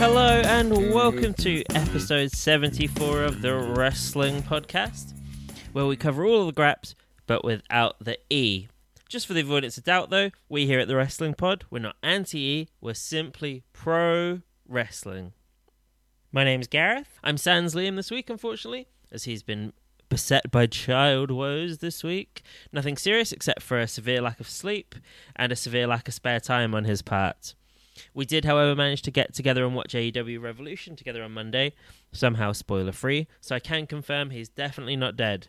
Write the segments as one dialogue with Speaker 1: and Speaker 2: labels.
Speaker 1: Hello and welcome to episode 74 of the Wrestling Podcast, where we cover all of the graps but without the E. Just for the avoidance of doubt, though, we here at the Wrestling Pod, we're not anti E, we're simply pro wrestling. My name's Gareth. I'm Sans Liam this week, unfortunately, as he's been beset by child woes this week. Nothing serious except for a severe lack of sleep and a severe lack of spare time on his part. We did, however, manage to get together and watch AEW Revolution together on Monday, somehow spoiler free, so I can confirm he's definitely not dead.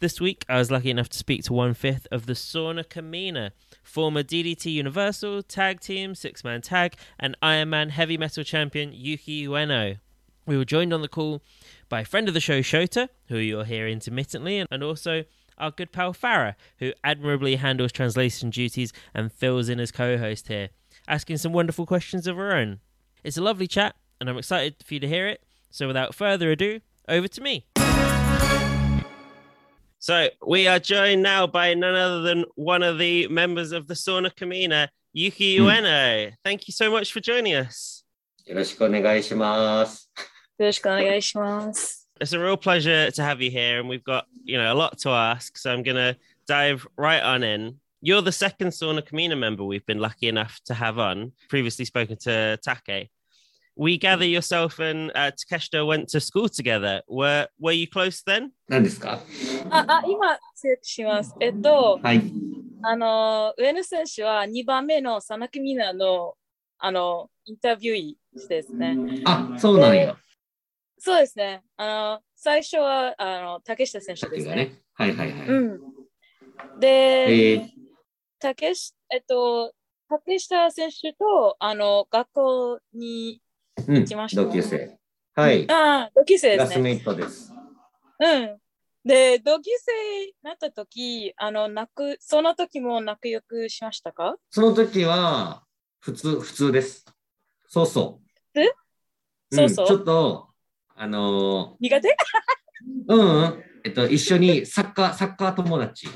Speaker 1: This week, I was lucky enough to speak to one fifth of the Sauna Kamina, former DDT Universal Tag Team, Six Man Tag, and Iron Man Heavy Metal Champion Yuki Ueno. We were joined on the call by a friend of the show, Shota, who you'll hear intermittently, and also our good pal Farah, who admirably handles translation duties and fills in as co host here, asking some wonderful questions of her own. It's a lovely chat, and I'm excited for you to hear it. So without further ado, over to me. So we are joined now by none other than one of the members of the Sauna Kamina, Yuki
Speaker 2: Hmm.
Speaker 1: Ueno. Thank you so much for joining us.
Speaker 2: よろしくお願いします。
Speaker 3: よろしくお願いします。
Speaker 1: It's a real pleasure to have you here, and we've got you know a lot to ask. So I'm gonna dive right on in. You're the second Sauna Kamina member we've been lucky enough to have on. Previously spoken to Take. We gather yourself and uh, Takeshita went to school together. Were were you close then?
Speaker 2: 何ですか
Speaker 3: あ、あ、今、セーブします。えっと、
Speaker 2: はい。
Speaker 3: あの、上野選手は2番目のサナキミナの、あの、インタビューーですね。
Speaker 2: あ、そうなんや。
Speaker 3: そうですね。あの、最初は、あの、竹下選手
Speaker 2: さっ
Speaker 3: で
Speaker 2: き
Speaker 3: す
Speaker 2: が
Speaker 3: ね。
Speaker 2: ね。はいはいはい。
Speaker 3: うん。
Speaker 2: え
Speaker 3: で、
Speaker 2: ー、
Speaker 3: 竹下、えっと、竹下選手と、あの、学校に、
Speaker 2: うん、
Speaker 3: きました
Speaker 2: 同級生。はい。
Speaker 3: ああ、同級生で
Speaker 2: ラ
Speaker 3: す
Speaker 2: ス
Speaker 3: ね。
Speaker 2: メイトです。
Speaker 3: うん。で、同級生になった時、あの、泣く、その時も泣くよくしましたか
Speaker 2: その時は、普通、普通です。そうそう。
Speaker 3: えそうそうん
Speaker 2: ちょっと、あの
Speaker 3: 苦手
Speaker 2: ーうんうん。えっと、一緒にサッカー、サッカー友達。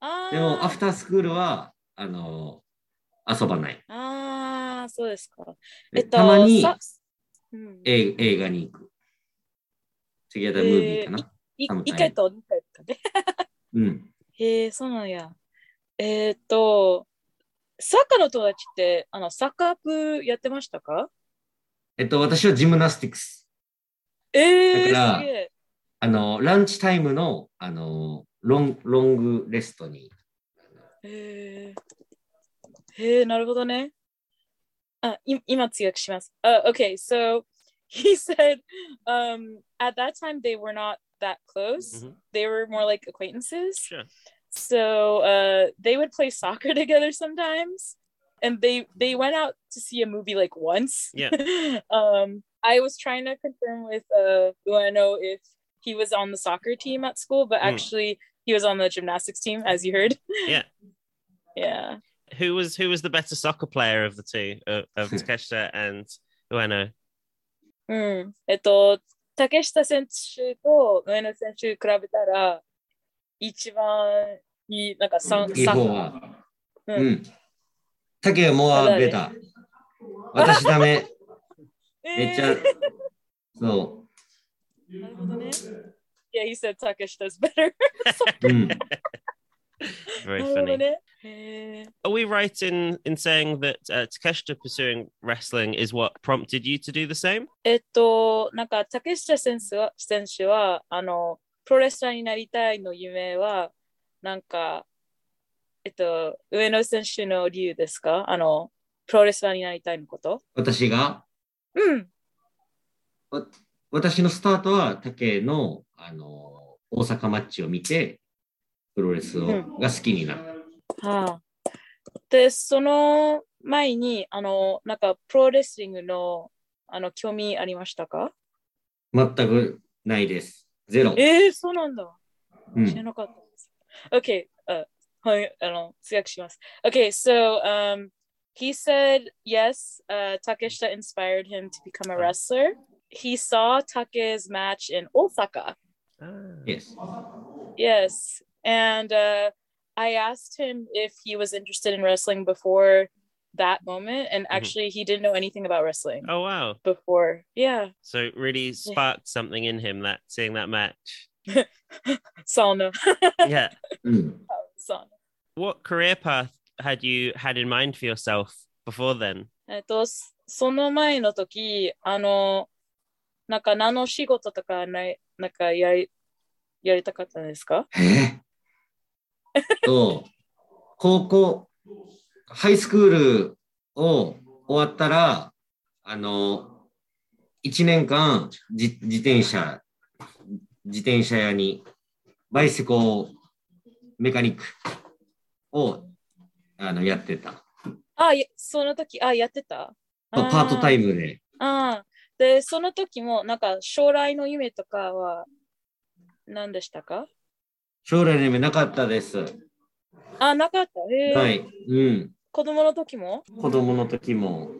Speaker 3: あー
Speaker 2: でも、アフタースクールは、あのー遊ばない。
Speaker 3: あー、そうですか。
Speaker 2: で
Speaker 3: えっと、
Speaker 2: たまに
Speaker 3: さうん、
Speaker 2: 映映画に行く。次はムービーかな。
Speaker 3: い
Speaker 2: サムタイ
Speaker 3: 一回と二回とかね。
Speaker 2: うん。
Speaker 3: へえ、そうなんや。えーっと、サッカーの友達って、あの、サッカー部やってましたか
Speaker 2: えっと、私はジムナスティックス。
Speaker 3: ええ
Speaker 2: だから
Speaker 3: すげえ。
Speaker 2: あの、ランチタイムの、あの、ロンロングレストに。
Speaker 3: えー、へえ、なるほどね。あ、い今強くします。Uh, okay, so he said um, at that time they were not that close.
Speaker 1: Mhm.
Speaker 3: They were more like acquaintances.
Speaker 1: Sure.
Speaker 3: So uh, they would play soccer together sometimes, and they they went out to see a movie like once.
Speaker 1: Yeah.
Speaker 3: um, I was trying to confirm with uh, Ueno if he was on the soccer team at school, but
Speaker 1: Mm.
Speaker 3: actually he was on the gymnastics team, as you heard.
Speaker 1: Yeah.
Speaker 3: yeah.
Speaker 1: Who was who was the better soccer player of the two of, of Takeshita and Ueno?
Speaker 3: うん。えっと、竹下選手と上野選手比べたら、一番いい、なんかサン
Speaker 2: いい
Speaker 3: サ
Speaker 2: 方
Speaker 3: ッ
Speaker 2: は。
Speaker 3: うん
Speaker 2: うん。タケモアベ タ。私ダメ。めっちゃ
Speaker 3: えー。
Speaker 2: そ
Speaker 3: なるほどね。Yeah, he said Takeshita's better.
Speaker 2: う。うん。
Speaker 1: Very
Speaker 3: なるほ
Speaker 1: funny.
Speaker 3: どね。へー
Speaker 1: Are we right in in saying that uh, Takeshita pursuing wrestling is what prompted you to do the same?
Speaker 3: えっと、なんか、竹下選手は、選手は、あの、プロレスラーになりたいの夢は、なんか、えっと、上野選手の理由ですかあの、プロレスラーになりたいのこと
Speaker 2: 私が、
Speaker 3: うん。
Speaker 2: わ私のスタートはタケの、あの、大阪マッチを見て、プロレスを、
Speaker 3: うん
Speaker 2: が好きになる。
Speaker 3: はあ、で、その前に、あの、なんか、プロレスリングの、あの、興味ありましたか
Speaker 2: 全くないです。ゼロ。
Speaker 3: ええそうなんだ。
Speaker 2: う
Speaker 3: 知ら
Speaker 2: ん。
Speaker 3: なかったです。Okay, uh, はい、あの、通訳します。Okay, so, um, he said, yes, uh, Takeshita inspired him to become a wrestler. He saw Take's match in Osaka.
Speaker 2: Yes.
Speaker 3: Yes. And uh, I asked him if he was interested in wrestling before that moment, and actually, he didn't know anything about wrestling
Speaker 1: Oh wow!
Speaker 3: before. Yeah,
Speaker 1: So it really sparked something in him that seeing that match.
Speaker 3: sauna,
Speaker 1: Yeah.
Speaker 2: うん。
Speaker 3: sauna.
Speaker 1: what career path had you had in mind for yourself before then?
Speaker 3: えっと、そその前の時、あの、なんか何の仕事とかない、なんかやり、やりたかったんですか
Speaker 2: えーと、高校、ハイスクールを終わったら、あの、1年間じ自転車、自転車屋に、バイセコメカニックをあのやってた。
Speaker 3: あ、いその時、あ、やってた
Speaker 2: パートタ
Speaker 3: イ
Speaker 2: イムで。
Speaker 3: ム。あーで、その時も、なんか将来の夢とかは何でしたか
Speaker 2: 将来の夢なかったです。は
Speaker 3: あ、なかった。へー
Speaker 2: い。うん。
Speaker 3: 子供の時も
Speaker 2: 子供の時も。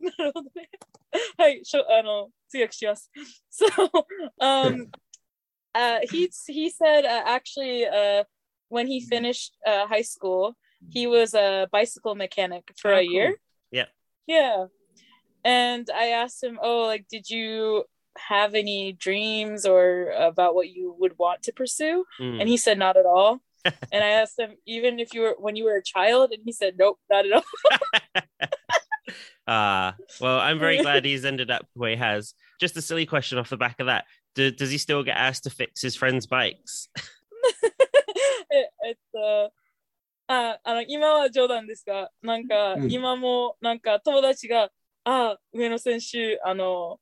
Speaker 3: なるほどね。 はい、しょあの、通訳します。So, um, uh, he, he said uh, actually uh, when he
Speaker 1: Mm-hmm.
Speaker 3: finished uh, high school, he was a bicycle mechanic for
Speaker 1: Oh,
Speaker 3: a
Speaker 1: cool.
Speaker 3: year.
Speaker 1: Yeah.
Speaker 3: Yeah. And I asked him, oh, like, did you have any dreams or about what you would want to pursue?
Speaker 1: Mm.
Speaker 3: And he said, not at all. and I asked him, even if you were when you were a child, and he said, nope, not at all.
Speaker 1: Ah, well, I'm very glad he's ended up where he has. Just a silly question off the back of that. Do, does he still get asked to fix his friends' bikes?
Speaker 3: ええっと、ああの今は冗談ですが、なんか
Speaker 2: うん
Speaker 3: 今もなんか友達が、あ上野選手、あの、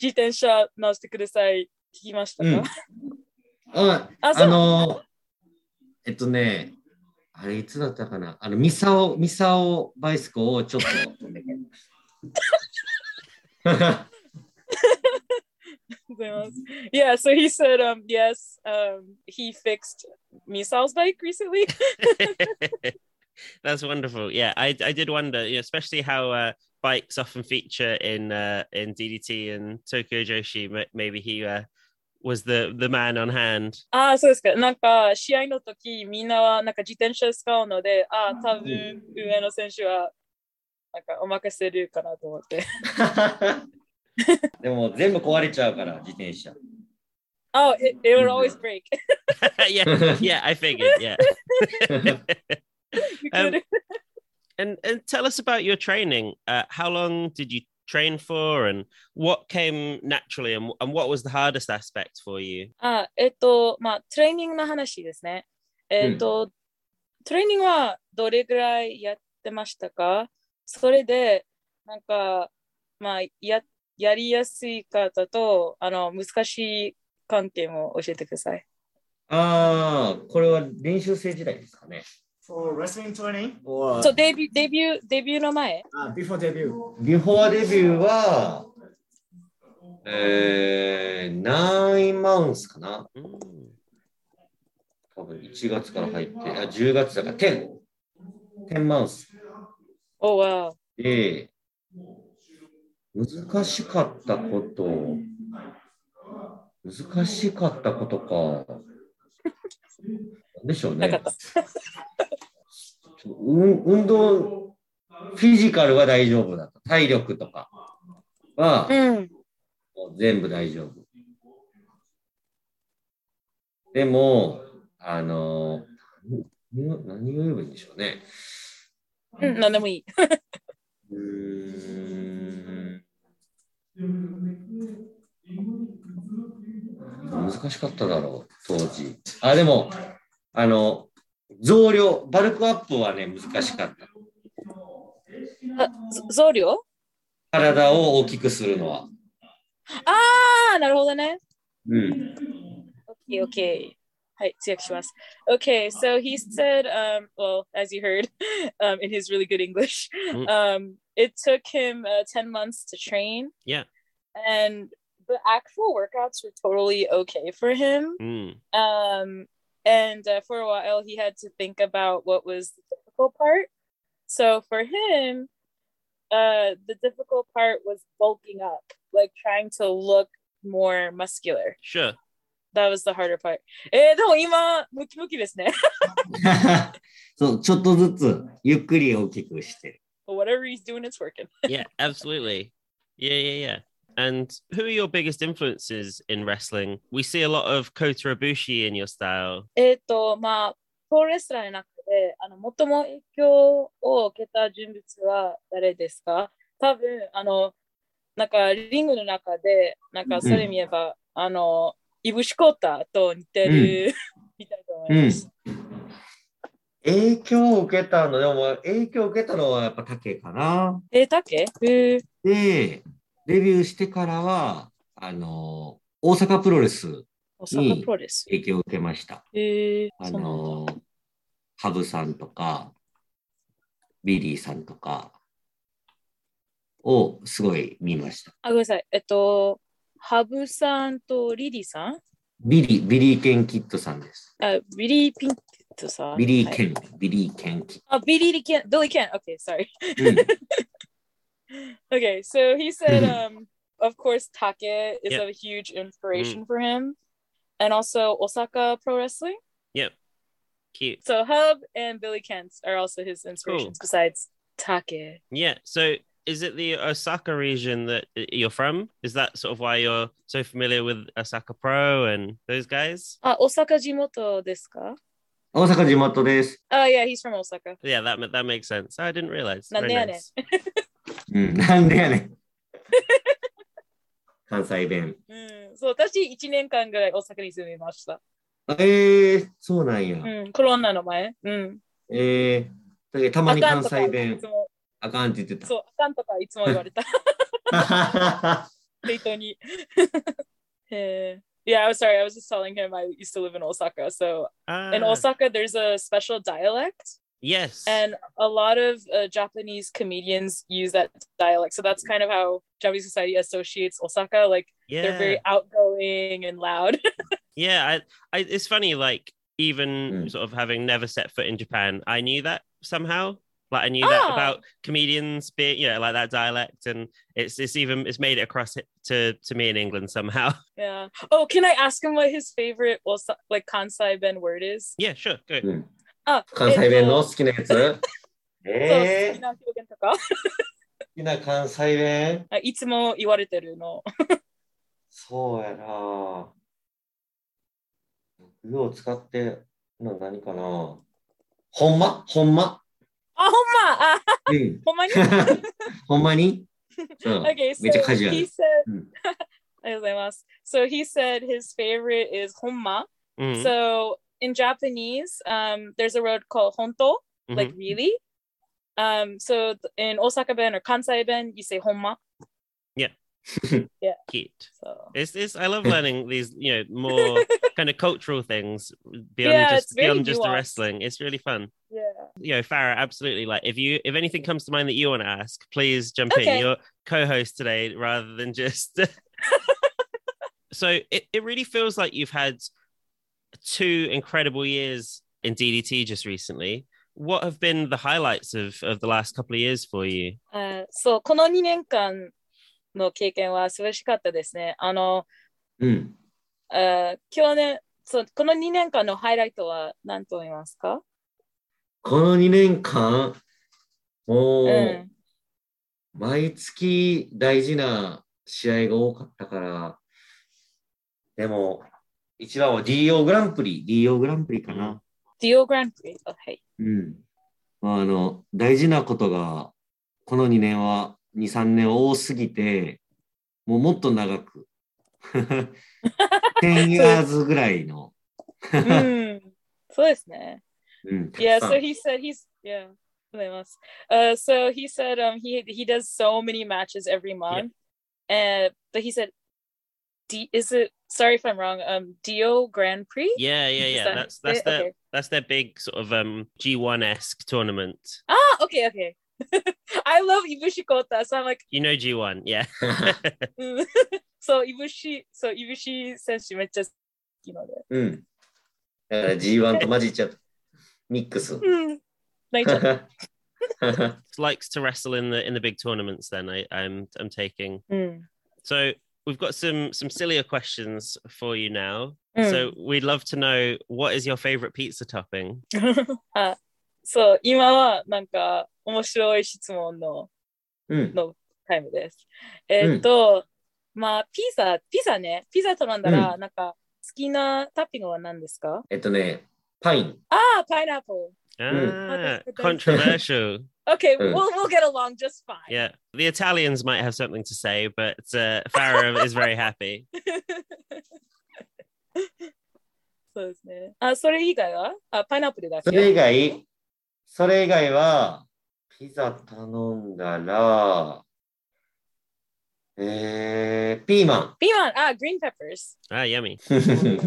Speaker 3: 自転車直してください、聞きましたか、
Speaker 2: うん。あ、
Speaker 3: あ
Speaker 2: あ
Speaker 3: そう
Speaker 2: の、えっとね、あれいつだったかなあの、ミサオ、ミサオバイスコをちょっと。
Speaker 3: Yeah, so he said, um, yes, um, he fixed Misao's bike recently.
Speaker 1: That's wonderful. Yeah, I, I did wonder, you know, especially how uh, bikes often feature in uh, in DDT and Tokyo Joshi. M- Maybe he uh, was the the man on hand.
Speaker 3: ああ、そうですか。なんか試合の時、みんなはなんか自転車使うので、ああ、多分上野選手はなんかお任せるかなと思って。
Speaker 2: でも全部壊れちゃうから、自転車。
Speaker 3: Oh, it, it will always break.
Speaker 1: yeah, yeah, I figured. Yeah.
Speaker 3: You
Speaker 1: Um,
Speaker 3: could-
Speaker 1: and and tell us about your training. Uh, how long did you train for, and what came naturally, and and what was the hardest aspect for you?
Speaker 3: あ、えっと、まあ、トレーニングの話ですね。えっと、トレーニングはどれぐらいやってましたかそれで、なんか、まあ、や、やりやすい方と、あの、難しい観点を教えてください。
Speaker 2: ああ、これは練習生時代ですかね。
Speaker 4: For wrestling training or
Speaker 3: そう、デビュー、デビュー、デビューの前
Speaker 4: uh, before debut?
Speaker 2: ビフォーデビューは、えー、9マウンスかな
Speaker 1: Mm.
Speaker 2: 多分1月から入って、あ、10月だから10。10マウンス。
Speaker 3: おわ
Speaker 2: で、難しかったこと、難しかったことか。なんでしょう
Speaker 3: なかっ
Speaker 2: ね
Speaker 3: た。
Speaker 2: 運運動、フィジカルは大丈夫だった。体力とかは
Speaker 3: うん。
Speaker 2: 全部大丈夫。でも、あの、何を何を言えばいいんでしょうね。
Speaker 3: うん、なんでもいい。
Speaker 2: うーん難しかっただろう、当時。あ、でも、あの、増量、バルクアップはね、難しかった。
Speaker 3: あ、ぞ増量
Speaker 2: 体を大きくするのは。
Speaker 3: ああ、なるほどね。
Speaker 2: うん。
Speaker 3: Okay, okay. Hi, Tsuyakushimasu. Okay, so he said, um, well, as you heard um, in his really good English,
Speaker 1: Mm.
Speaker 3: um, it took him uh, 10 months to train.
Speaker 1: Yeah.
Speaker 3: And the actual workouts were totally okay for him.
Speaker 1: Mm.
Speaker 3: Um, and uh, for a while, he had to think about what was the difficult part. So for him, uh, the difficult part was bulking up, like trying to look more muscular.
Speaker 1: Sure.
Speaker 3: That was the harder part. えー、でも今、ムキムキですね。
Speaker 2: そう、ちょっとずつゆっくり大きくしてる。
Speaker 3: But whatever he's doing, it's working.
Speaker 1: yeah, absolutely. Yeah, yeah, yeah. And who are your biggest influences in wrestling? We see a lot of Kota Ibushi in your style.
Speaker 3: えっ、と、まあ、プロレスラーじゃなくて、あの、最も影響を受けた人物は誰ですか多分、あの、なんか、リングの中で、なんか、それ見れば、あの、イブシコータと似てる、 みたいと思います。
Speaker 2: 影響を受けたの、でも影響を受けたのはやっぱ竹かな。
Speaker 3: えー、だっけえー
Speaker 2: で、デビューしてからは、あの、大阪プロレス
Speaker 3: 大阪プロレス。
Speaker 2: 影響を受けました。
Speaker 3: えー、
Speaker 2: あ
Speaker 3: そうなんだ
Speaker 2: の、ハブさんとか、ビリーさんとかをすごい見ました。
Speaker 3: あ、ごめんなさい。えっと、ハブさんとリリーさん
Speaker 2: ビリー、ビリー・ケン・キッドさんです。
Speaker 3: あ、ビリー・ピンケットさん。
Speaker 2: ビリー・
Speaker 3: はい
Speaker 2: ケン、ビリー・ケン・キッ
Speaker 3: あ、ビリー・ケン、ビリー・ケン。Okay, sorry.
Speaker 2: ド。うん
Speaker 3: Okay, so he said,
Speaker 2: Mhm.
Speaker 3: um, of course, Take is
Speaker 1: Yep.
Speaker 3: a huge inspiration for him, and also Osaka Pro Wrestling.
Speaker 1: Cute.
Speaker 3: So Hub and Billy Kent are also his inspirations besides Take.
Speaker 1: Yeah. So is it the Osaka region that y- you're from? Is that sort of why you're so familiar with Osaka Pro and those guys?
Speaker 3: あ、Osaka Ah, Jimoto ですか
Speaker 2: 大阪地元です。
Speaker 3: Oh, yeah, he's from Osaka.
Speaker 1: Yeah, that ma- that makes sense. Oh, I didn't realize.
Speaker 3: Not
Speaker 1: Very
Speaker 3: there,
Speaker 1: nice.
Speaker 2: うん、なんでやね ん。関西弁。
Speaker 3: うん、そう、私一年間ぐらい大阪に住みました。
Speaker 2: えー、そうなんや。
Speaker 3: うん、コロナの前。うん。
Speaker 2: えー、だたまに関西
Speaker 3: い
Speaker 2: 弁
Speaker 3: つ、も、
Speaker 2: あかんって言って
Speaker 3: そう、あかんとかいつも言われた。
Speaker 2: た。
Speaker 3: Daytoni. Eh, yeah, I was sorry. I was just telling him I used to live in Osaka. So in
Speaker 1: Ah,
Speaker 3: Osaka, there's a special dialect,
Speaker 1: Yes.
Speaker 3: and a lot of uh, Japanese comedians use that dialect. So that's kind of how Japanese society associates Osaka. Like
Speaker 1: yeah.
Speaker 3: they're very outgoing and loud.
Speaker 1: Yeah, I, I, it's funny. Like even
Speaker 2: Mm.
Speaker 1: sort of having never set foot in Japan, I knew that somehow. Like I knew that
Speaker 3: Ah.
Speaker 1: about comedians being, you know, like that dialect, and it's it's even it's made it across it to to me in England somehow.
Speaker 3: yeah. Oh, can I ask him what his favorite Osa- like Kansai Ben word is? Ah, eh,
Speaker 1: yeah, sure, good.
Speaker 3: あ、
Speaker 2: 関西弁の好きなやつえー、好
Speaker 3: そう、好きな表現とか。
Speaker 2: きな関西弁
Speaker 3: Ah, いつも言われてるの。
Speaker 2: そうやなぁ。具を使ってるの何かなぁほんまほんま
Speaker 3: Ah, あ、ほんまあ、ほんまに
Speaker 2: うん。 ほんまに そう。
Speaker 3: Okay, so
Speaker 2: めっちゃカジュア
Speaker 3: he
Speaker 2: ル。
Speaker 3: said,
Speaker 2: うん。
Speaker 3: ありがとうございます。So he said his favorite is Honma.
Speaker 1: Mhm,
Speaker 3: So in Japanese, um, there's a road called Honto,
Speaker 1: mhm.
Speaker 3: like really. Um, so th- in Osaka Ben or Kansai Ben, you say Honma.
Speaker 1: cute.
Speaker 3: So
Speaker 1: It's it's I love learning these, you know, more kind of cultural things beyond
Speaker 3: Yeah, it's
Speaker 1: just
Speaker 3: very
Speaker 1: beyond just the
Speaker 3: nuanced.
Speaker 1: wrestling. It's really fun.
Speaker 3: yeah.
Speaker 1: you know, Farah, absolutely. Like, if you if anything comes to mind that you want to ask, please jump in.
Speaker 3: Okay.
Speaker 1: You're co-host today, rather than just. so it, it really feels like you've had two incredible years in DDT just recently. What have been the highlights of of the last couple of years for you?
Speaker 3: あそう、この2年間の経験は素晴らしかったですね。あの、
Speaker 2: うん。
Speaker 3: あ去年、そう、この2年間のハイライトは何と思いますか
Speaker 2: この2年間、もう、
Speaker 3: うん。
Speaker 2: 毎月大事な試合が多かったから、でも、一番は DO グランプリ、DO グランプリかな。
Speaker 3: ディオグランプリ。あはい。
Speaker 2: うん。まあ、あの、大事なことが、この2年は、2、3年は多すぎて、もうもっと長く。10 years ぐらいの。
Speaker 3: うん。Mm. そうですね。
Speaker 2: うん、たく
Speaker 3: yeah
Speaker 2: さん
Speaker 3: so he said he's yeah ございます。uh so he said um he he does so many matches every month and but he said d is it sorry if i'm wrong um dio grand prix
Speaker 1: Yeah, yeah,
Speaker 3: Is
Speaker 1: yeah.
Speaker 3: that
Speaker 1: That's
Speaker 3: it?
Speaker 1: that's their
Speaker 3: Okay.
Speaker 1: that's their big sort of um G1 esque tournament.
Speaker 3: ah okay okay i love ibushi kota so i'm like
Speaker 1: You know G1, yeah.
Speaker 3: mm. so ibushi so ibushi 選手めっちゃ好きなので。
Speaker 2: うん。だから G1 と混じっちゃう。ミック ス。
Speaker 1: Hmm.
Speaker 3: 泣いちゃう。
Speaker 1: Likes to wrestle in the in the big tournaments. Then I, I'm I'm taking.
Speaker 3: うん。
Speaker 1: So we've got some some sillier questions for you now.
Speaker 3: Hmm.
Speaker 1: So we'd love to know what is your favorite pizza topping?
Speaker 3: あそう、今はなんか面白い質問の
Speaker 2: うん。
Speaker 3: タイムです。えーっと、まあ、ピザ、ピザね、ピザ頼んだら、なんか好きなタッピングは何ですか
Speaker 2: えっとね、パイン。
Speaker 3: ああ、パイナップル。
Speaker 1: Ah,
Speaker 3: Mm.
Speaker 1: controversial.
Speaker 3: Okay,
Speaker 2: うん
Speaker 3: we'll, we'll get along just fine.
Speaker 1: Yeah, the Italians might have something to say, but uh, Farah is very happy.
Speaker 3: そうですね。あ、それ以外はあ、パイナップルだ
Speaker 2: それ以
Speaker 3: け。
Speaker 2: 外、それ以外は、ピザ頼んだら、えー、ピーマ
Speaker 3: ピーマン、あ、グリーンペッパーズ。
Speaker 1: Ah, yummy.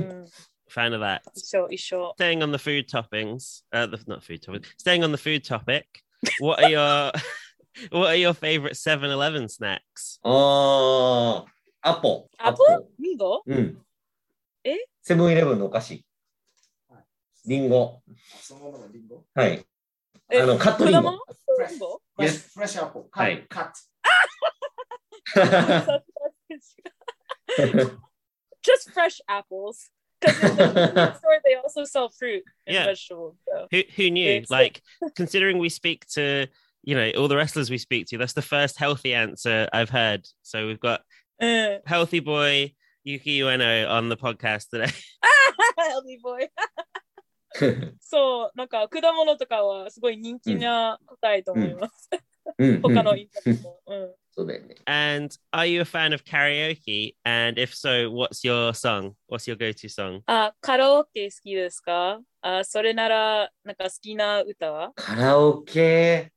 Speaker 2: ン。
Speaker 3: うん
Speaker 1: Fan of that.
Speaker 3: 一緒、一緒。
Speaker 1: Staying on the food toppings, uh, the, not food toppings. Staying on the food topic. What are your What are your favorite 7-Eleven snacks?
Speaker 2: あー、アポ。
Speaker 3: アポリンゴ
Speaker 2: うん。
Speaker 3: え
Speaker 2: セブンイレブンのお菓子。リンゴ。
Speaker 4: そのままリンゴ。
Speaker 2: はい。
Speaker 3: え
Speaker 2: あの、カットリン
Speaker 3: 果
Speaker 2: ゴ
Speaker 3: 物。 リンゴ
Speaker 2: Yes.
Speaker 4: Fresh apple.
Speaker 2: はい。
Speaker 4: Cut.
Speaker 3: そうそうそう just fresh apples. Because in the convenience store, they also sell fruit and
Speaker 1: Yeah.
Speaker 3: vegetables. So.
Speaker 1: Who Who knew?
Speaker 3: Yes.
Speaker 1: Like, considering we speak to you know all the wrestlers we speak to, that's the first healthy answer I've heard. So we've got
Speaker 3: Uh,
Speaker 1: healthy boy Yuki Ueno on the podcast today.
Speaker 3: healthy boy. そう、なんか果物とかはすごい人気な答えと思います。
Speaker 2: うん。
Speaker 3: 他の
Speaker 2: うん
Speaker 3: インタビューも。うん、
Speaker 2: そうだよね。
Speaker 1: And are you a fan of karaoke? And if so, what's your song? What's your go-to song?
Speaker 3: あ、カラオケ好きですかあ、それなら、なんか好きな歌は、
Speaker 2: カラオケ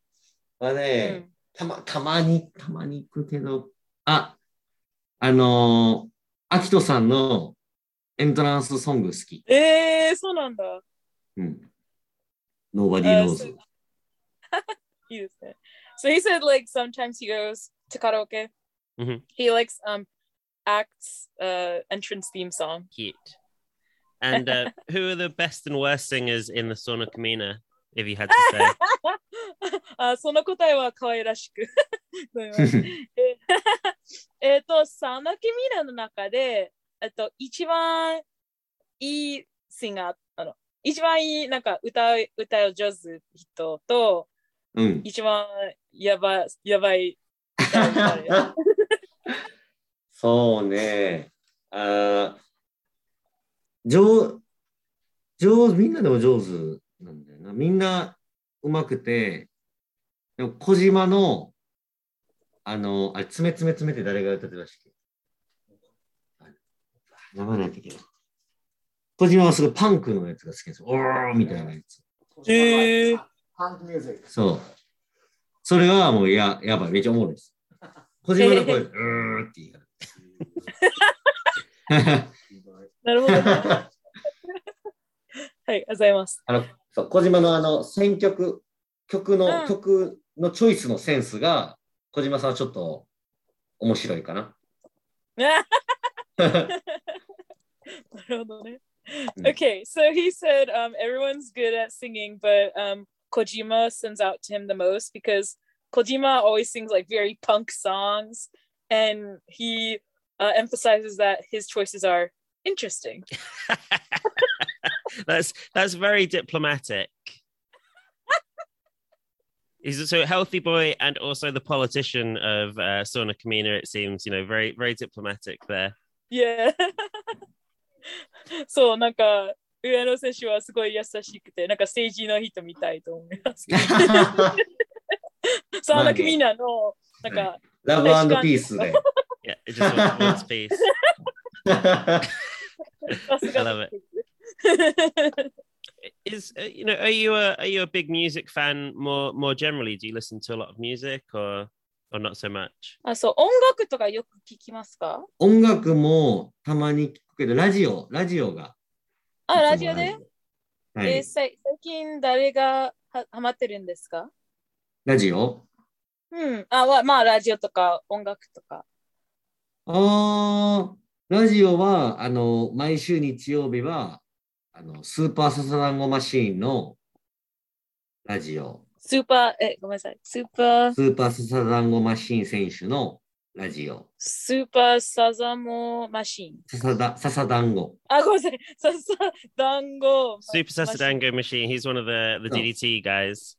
Speaker 2: は
Speaker 3: う
Speaker 2: ね、
Speaker 3: ん、
Speaker 2: たま、たまに、たまに行くけど、あ、あのー、アキトさんのエントランスソング好き。
Speaker 3: えー、そうなんだ。
Speaker 2: うん。Nobody
Speaker 3: あ
Speaker 2: knows.
Speaker 3: そういいですね。So he said, like, sometimes he goes to karaoke.
Speaker 1: Mhm.
Speaker 2: Mm-hmm.
Speaker 3: He likes um, acts uh, entrance theme song.
Speaker 1: Cute. And uh, who are the best and worst singers in the Sauna Camina? If you had to say,
Speaker 3: あその答えは可愛らしく。ごめんなさいえっと、サナキミラの中で、えっと、一番いいシンガー、あの、一番いい、なんか歌う、歌を上手な人と、
Speaker 2: うん。
Speaker 3: 一番やば、やばい。
Speaker 2: そうね。あー上、上手、みんなでも上手なんだよな。みんな上手くて、でも小島の、あの、あれ、爪爪爪って誰が歌ってましたっけ名前なんだっけな小島はすごいパンクのやつが好きです。おーみたいなやつ。
Speaker 3: えー。
Speaker 4: Punk music.
Speaker 2: そう。それはもうや、やばい、めっちゃおもろい です。小島の声、うーって言う。
Speaker 3: なるほど、ね。はい、ありがとうございます。
Speaker 2: あの、 そう、小島のあの、選曲、曲の、
Speaker 3: うん
Speaker 2: 曲のチョイスのセンスが、小島さんはちょっと面白いか な。
Speaker 3: Hold on.
Speaker 2: Mm.
Speaker 3: okay, so he said um, everyone's good at singing, but um, Kojima stands out to him the most because Kojima always sings like very punk songs, and he uh, emphasizes that his choices are interesting.
Speaker 1: that's that's very diplomatic. He's so healthy boy and also the politician of uh, Sauna Camina. It seems you know very very diplomatic there.
Speaker 3: Yeah. そうなんか上野選手はすごい優しくてなんか政治の人みたいと思い ます。そうなんかみんなのなんか
Speaker 2: ラブアンドピースで。
Speaker 1: Yeah, it just wants, wants peace.
Speaker 3: さすが
Speaker 1: I love
Speaker 3: だ
Speaker 1: it. is uh, you know are you a are you a big music fan more more generally do you listen to a lot of music or or not so much
Speaker 3: あ、そう、音楽とかよく聞きますか
Speaker 2: 音楽もたまに聞くけど、ラジオ、ラジオが。
Speaker 3: あ、ラジオで、
Speaker 2: は
Speaker 3: えー
Speaker 2: い。
Speaker 3: さい最近誰がはハマってるんですか
Speaker 2: ラジオ
Speaker 3: うん。あ、わまあ、ラジオとか音楽とか。
Speaker 2: ああ、ラジオは、あの、毎週日曜日は、あの、スーパーササダンゴマシーンのラジオ。
Speaker 3: スーパー、え、ごめんなさい。スーパー、
Speaker 2: スーパーササダンゴマシーン選手のラジオ。
Speaker 3: スーパーサザモマシン。
Speaker 2: 笹だ笹団子。
Speaker 3: あ、ごめんなさい。 ササ団子。
Speaker 1: Super Sasadango machine. He's one of the the
Speaker 2: Oh.
Speaker 1: DDT guys.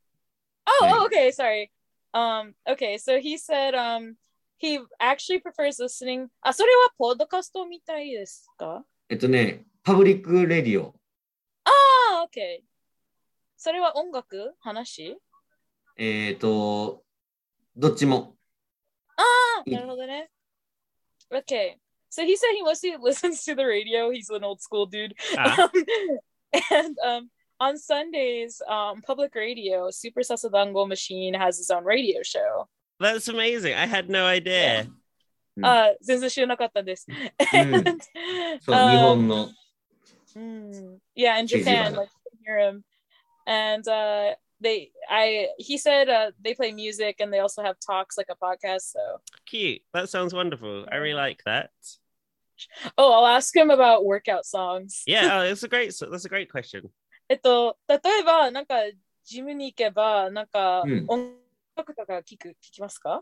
Speaker 3: Oh,
Speaker 2: Right.
Speaker 3: oh, okay, sorry. Um, okay, so he said um he actually prefers listening. あ、それはポッドキャストみたいですか
Speaker 2: えっとね、パブリックレディオ。
Speaker 3: あ、okay。それは音楽話
Speaker 2: えっ、と、どっちも。
Speaker 3: あ、なるほどね。Okay. So he said he mostly listens to the radio. He's an old school dude. Um,
Speaker 1: Ah.
Speaker 3: and um, on Sundays, um, public radio, Super Sasadango Machine has his own radio show.
Speaker 1: That's amazing. I had no
Speaker 3: Yeah.
Speaker 1: idea.
Speaker 2: うん
Speaker 3: あ全然知らなかったんです。And,
Speaker 2: そう、
Speaker 3: um,
Speaker 2: 日本の。
Speaker 3: mm, yeah, in
Speaker 2: 地図
Speaker 3: Japan,
Speaker 2: 版
Speaker 3: like you can hear him. And uh, they, I, he said uh, they play music and they also have talks like a podcast. So,
Speaker 1: Cute. That sounds wonderful. I really like that.
Speaker 3: oh, I'll ask him about workout songs.
Speaker 1: Yeah, oh, it's a great. That's a great question.
Speaker 3: えっと、例えば、なんか、ジムに行けば、なんか
Speaker 2: うん、
Speaker 3: 音楽とか聞く、聞きますか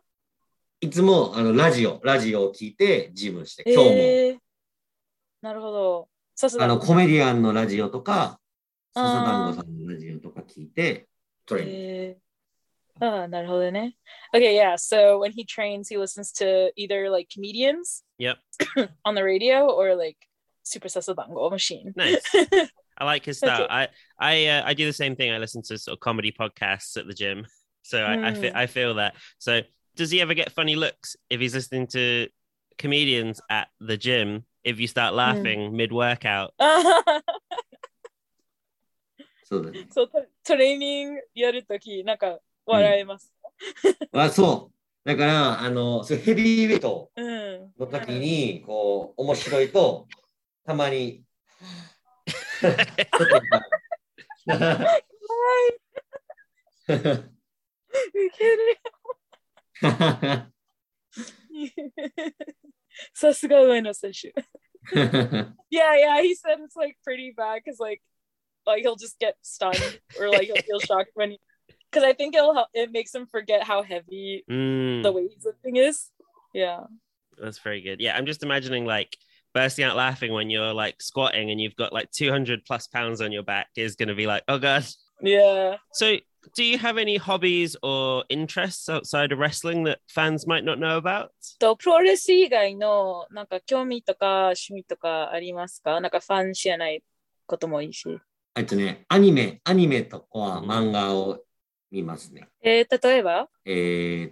Speaker 2: いつもあのラジオ、ラジオを聞いてジムして、今日も、
Speaker 3: えーなるほど。さすが
Speaker 2: あの
Speaker 3: に。
Speaker 2: コメディアンのラジオとか、
Speaker 3: あー
Speaker 2: 笹団子さんのラジオとか聞いて、トレーニング。
Speaker 3: Eh, Ah, なるほどね. Okay, yeah. So when he trains, he listens to either like comedians
Speaker 1: Yep.
Speaker 3: on the radio or like Super Sasadango machine.
Speaker 1: Nice. I like his style. I I uh, I do the same thing. I listen to sort of comedy podcasts at the gym, so I I, fe-
Speaker 3: Mm.
Speaker 1: I feel that. So does he ever get funny looks if he's listening to comedians at the gym? If you
Speaker 3: Mm.
Speaker 1: start laughing mid workout,
Speaker 2: そうだね。
Speaker 3: そうトトレーニングやるとき、なんか笑えます。
Speaker 2: あそう。だから、あの、そうヘビーウェイト
Speaker 3: うん。
Speaker 2: の時に、こう、面白いと、たまに、 ちょっとやっ
Speaker 3: ウケる。
Speaker 2: ぱ
Speaker 3: さすが上野選手。Yeah, yeah. He said it's like pretty bad because like, like he'll just get stunned or like he'll feel shocked when he, because I think it'll help. It makes him forget how heavy
Speaker 1: Mm,
Speaker 3: the way he's lifting is. Yeah.
Speaker 1: that's very good. Yeah, I'm just imagining like bursting out laughing when you're like squatting and you've got like 200 plus pounds on your back is going to be like, oh god.
Speaker 3: Yeah.
Speaker 1: So, do you have any hobbies or interests outside of wrestling that fans might not know about?
Speaker 3: と、プロレス以外のなんか興味とか趣味とかありますかなんかファン知らないこともいいし。
Speaker 2: えっとね、アニメ、アニメとか漫画を見ますね。
Speaker 3: えー、例えば
Speaker 2: えっ、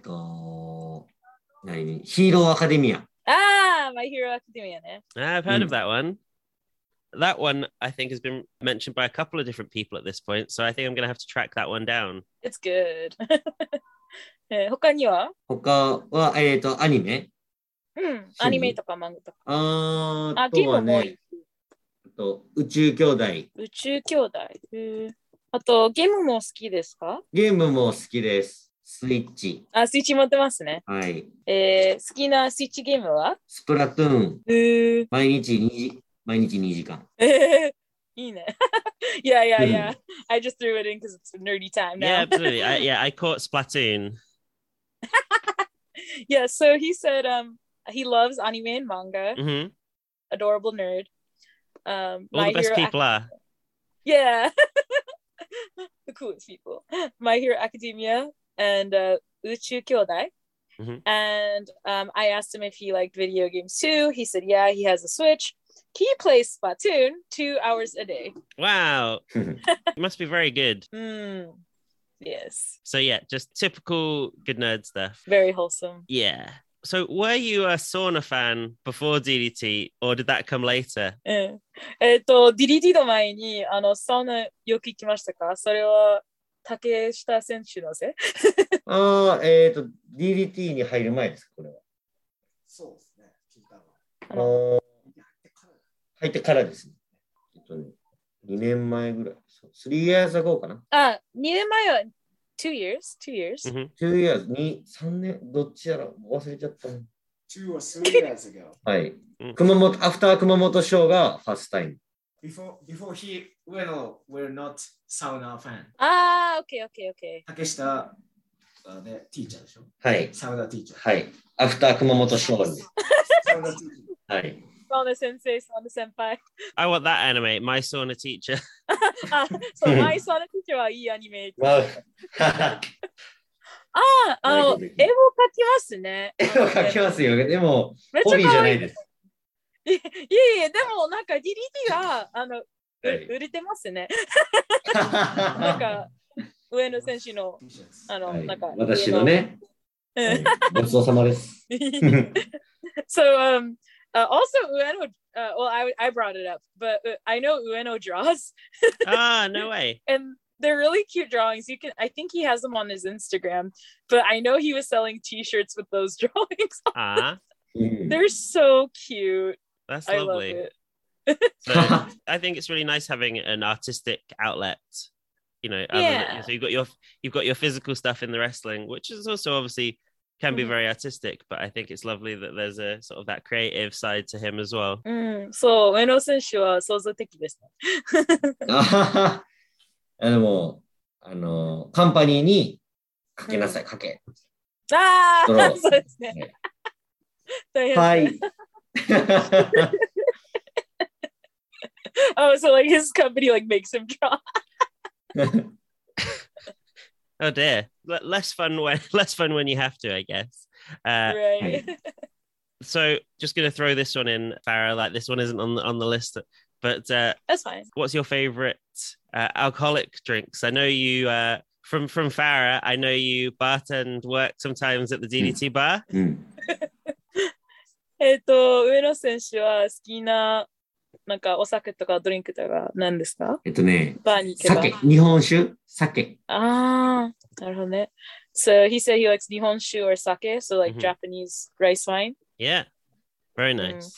Speaker 2: ー、と、何ヒーローアカデミア。
Speaker 3: ああ、マイヒーローアカデミアね。
Speaker 1: Ah, I've heard of
Speaker 2: Mm.
Speaker 1: that one. That one, I think, has been mentioned by a couple of different people at this point. So, I think I'm going to have to track that one down.
Speaker 3: It's good. えー他には
Speaker 2: 他は、えっ、ー、と、アニメ。
Speaker 3: うん。アニメとか漫画とか。
Speaker 2: あー
Speaker 3: あ、
Speaker 2: あ
Speaker 3: ゲ
Speaker 2: と
Speaker 3: ーム
Speaker 2: は
Speaker 3: も多い
Speaker 2: ね、。あと宇宙兄弟。
Speaker 3: 宇宙兄弟。えーあと、ゲームも好きですか
Speaker 2: ゲームも好きです。スイッチ。
Speaker 3: あ、スイッチ持ってますね。
Speaker 2: はい。
Speaker 3: えー好きなスイッチゲームは
Speaker 2: スプラトゥーン。
Speaker 3: えー
Speaker 2: 毎日2時、毎日2時間。
Speaker 3: えー いいね。yeah, yeah,
Speaker 2: うん
Speaker 3: yeah. I just threw it in because it's nerdy time
Speaker 1: Yeah,
Speaker 3: now.
Speaker 1: absolutely. I, yeah, I caught Splatoon.
Speaker 3: yeah, so he said um he loves anime and manga,
Speaker 1: hmm
Speaker 3: adorable nerd. Um
Speaker 1: All
Speaker 3: My
Speaker 1: the best
Speaker 3: Hero Ac-
Speaker 1: people are.
Speaker 3: yeah. the coolest people. My Hero Academia and uh Uchu Kyodai.
Speaker 1: Mhm.
Speaker 3: And um, I asked him if he liked video games too. He said, "Yeah, he has a Switch. He plays Splatoon two hours a day."
Speaker 1: Wow. it must be very good.
Speaker 3: Mm. Yes,
Speaker 1: So, yeah, just typical good nerd stuff.
Speaker 3: very wholesome.
Speaker 1: Yeah. So, were you a sauna fan before DDT or did that come later?
Speaker 3: うんえっ、と、DDT の前にあのサウナよく行きましたかそれは竹下選手のせい
Speaker 2: ああ、えっ、ー、と、DDT に入る前ですか、これは。
Speaker 4: そうですね。聞いたのは。
Speaker 3: あ
Speaker 2: あー
Speaker 4: いやだから
Speaker 2: 入ってからですね。えっとね、2年前ぐらい。そう3 years ago かな。
Speaker 3: あ、2年前は2 years? 2 years?
Speaker 1: うん
Speaker 2: 2 years、2、3年、どっちやら忘れちゃったな。
Speaker 4: Two or three years ago.
Speaker 2: はい
Speaker 1: うん。
Speaker 2: 熊本、アフター熊本ショーがファーストタイム。
Speaker 4: Before, before he,
Speaker 3: Ah,
Speaker 4: well, we're not sauna fan.
Speaker 3: ああ、OK, OK, OK.
Speaker 4: 竹下あね、ティーチャーでしょ
Speaker 2: はい。
Speaker 4: サウナティーチャー。
Speaker 2: はい。アフター熊本少年。
Speaker 4: サウナティーチ
Speaker 2: はい。
Speaker 3: サウナ先生、サウナ 先輩。
Speaker 1: I want that anime, My Sauna Teacher.
Speaker 3: あ、そう、マイサウナティーチャーはいいアニメ。
Speaker 2: まあ、
Speaker 3: あ、あの、絵を描きますね。
Speaker 2: 絵を描きますよ。でも、
Speaker 3: めっち
Speaker 2: ホ
Speaker 3: ゃ
Speaker 2: ビーじ
Speaker 3: 可
Speaker 2: ゃ
Speaker 3: 愛。
Speaker 2: ないいです。
Speaker 3: いやいや、でもなんか DDT が、あの、う
Speaker 2: はい
Speaker 3: 売れてますね。なんか、上野選手の、
Speaker 4: ャ ー。
Speaker 3: あの、
Speaker 2: はい
Speaker 3: なんか、
Speaker 2: 私のね、
Speaker 3: 上野。うん
Speaker 2: はいごちそうさまです。
Speaker 3: so um uh, also Ueno uh, well I I brought it up but uh, I know Ueno draws
Speaker 1: Ah, no way.
Speaker 3: and they're really cute drawings you can I think he has them on his Instagram but I know he was selling t-shirts with those drawings
Speaker 1: Ah,
Speaker 2: うん
Speaker 3: they're so cute
Speaker 1: that's
Speaker 3: I love
Speaker 1: lovely.
Speaker 3: it
Speaker 1: So I think it's really nice having an artistic outlet. You know, other
Speaker 3: Yeah.
Speaker 1: than, so you've got your you've got your physical stuff in the wrestling, which is also obviously can be
Speaker 3: Mhm.
Speaker 1: very artistic, but I think it's lovely that there's a sort of that creative side to him as well.
Speaker 3: うんそう上野選手は創造的ですね
Speaker 2: あははあでも、あの、カンパニーにかけなさい、かけ。
Speaker 3: ああ
Speaker 2: そう
Speaker 3: そうですね
Speaker 2: ね
Speaker 3: 大変
Speaker 2: はい。
Speaker 3: oh so like his company like makes him draw
Speaker 1: Oh dear, L- less fun when less fun when you have to, I guess. Uh,
Speaker 3: right
Speaker 1: so just gonna throw this one in, Farah. Like this one isn't on the on the list, but uh,
Speaker 3: that's fine
Speaker 1: what's your favorite uh, alcoholic drinks? I know you uh, from from Farah. I know you bartend work sometimes at the DDT bar.
Speaker 2: うん
Speaker 3: えっ、と、上野選手は好きな、なんかお酒とかドリンクとか何ですか
Speaker 2: えっとね、
Speaker 3: バーに行けば。
Speaker 2: 酒、日本酒、酒。
Speaker 3: ああ、なるほどね。So he said he likes 日本酒 or sake, so like、
Speaker 1: Mhm.
Speaker 3: Japanese rice wine.
Speaker 1: Yeah, very nice.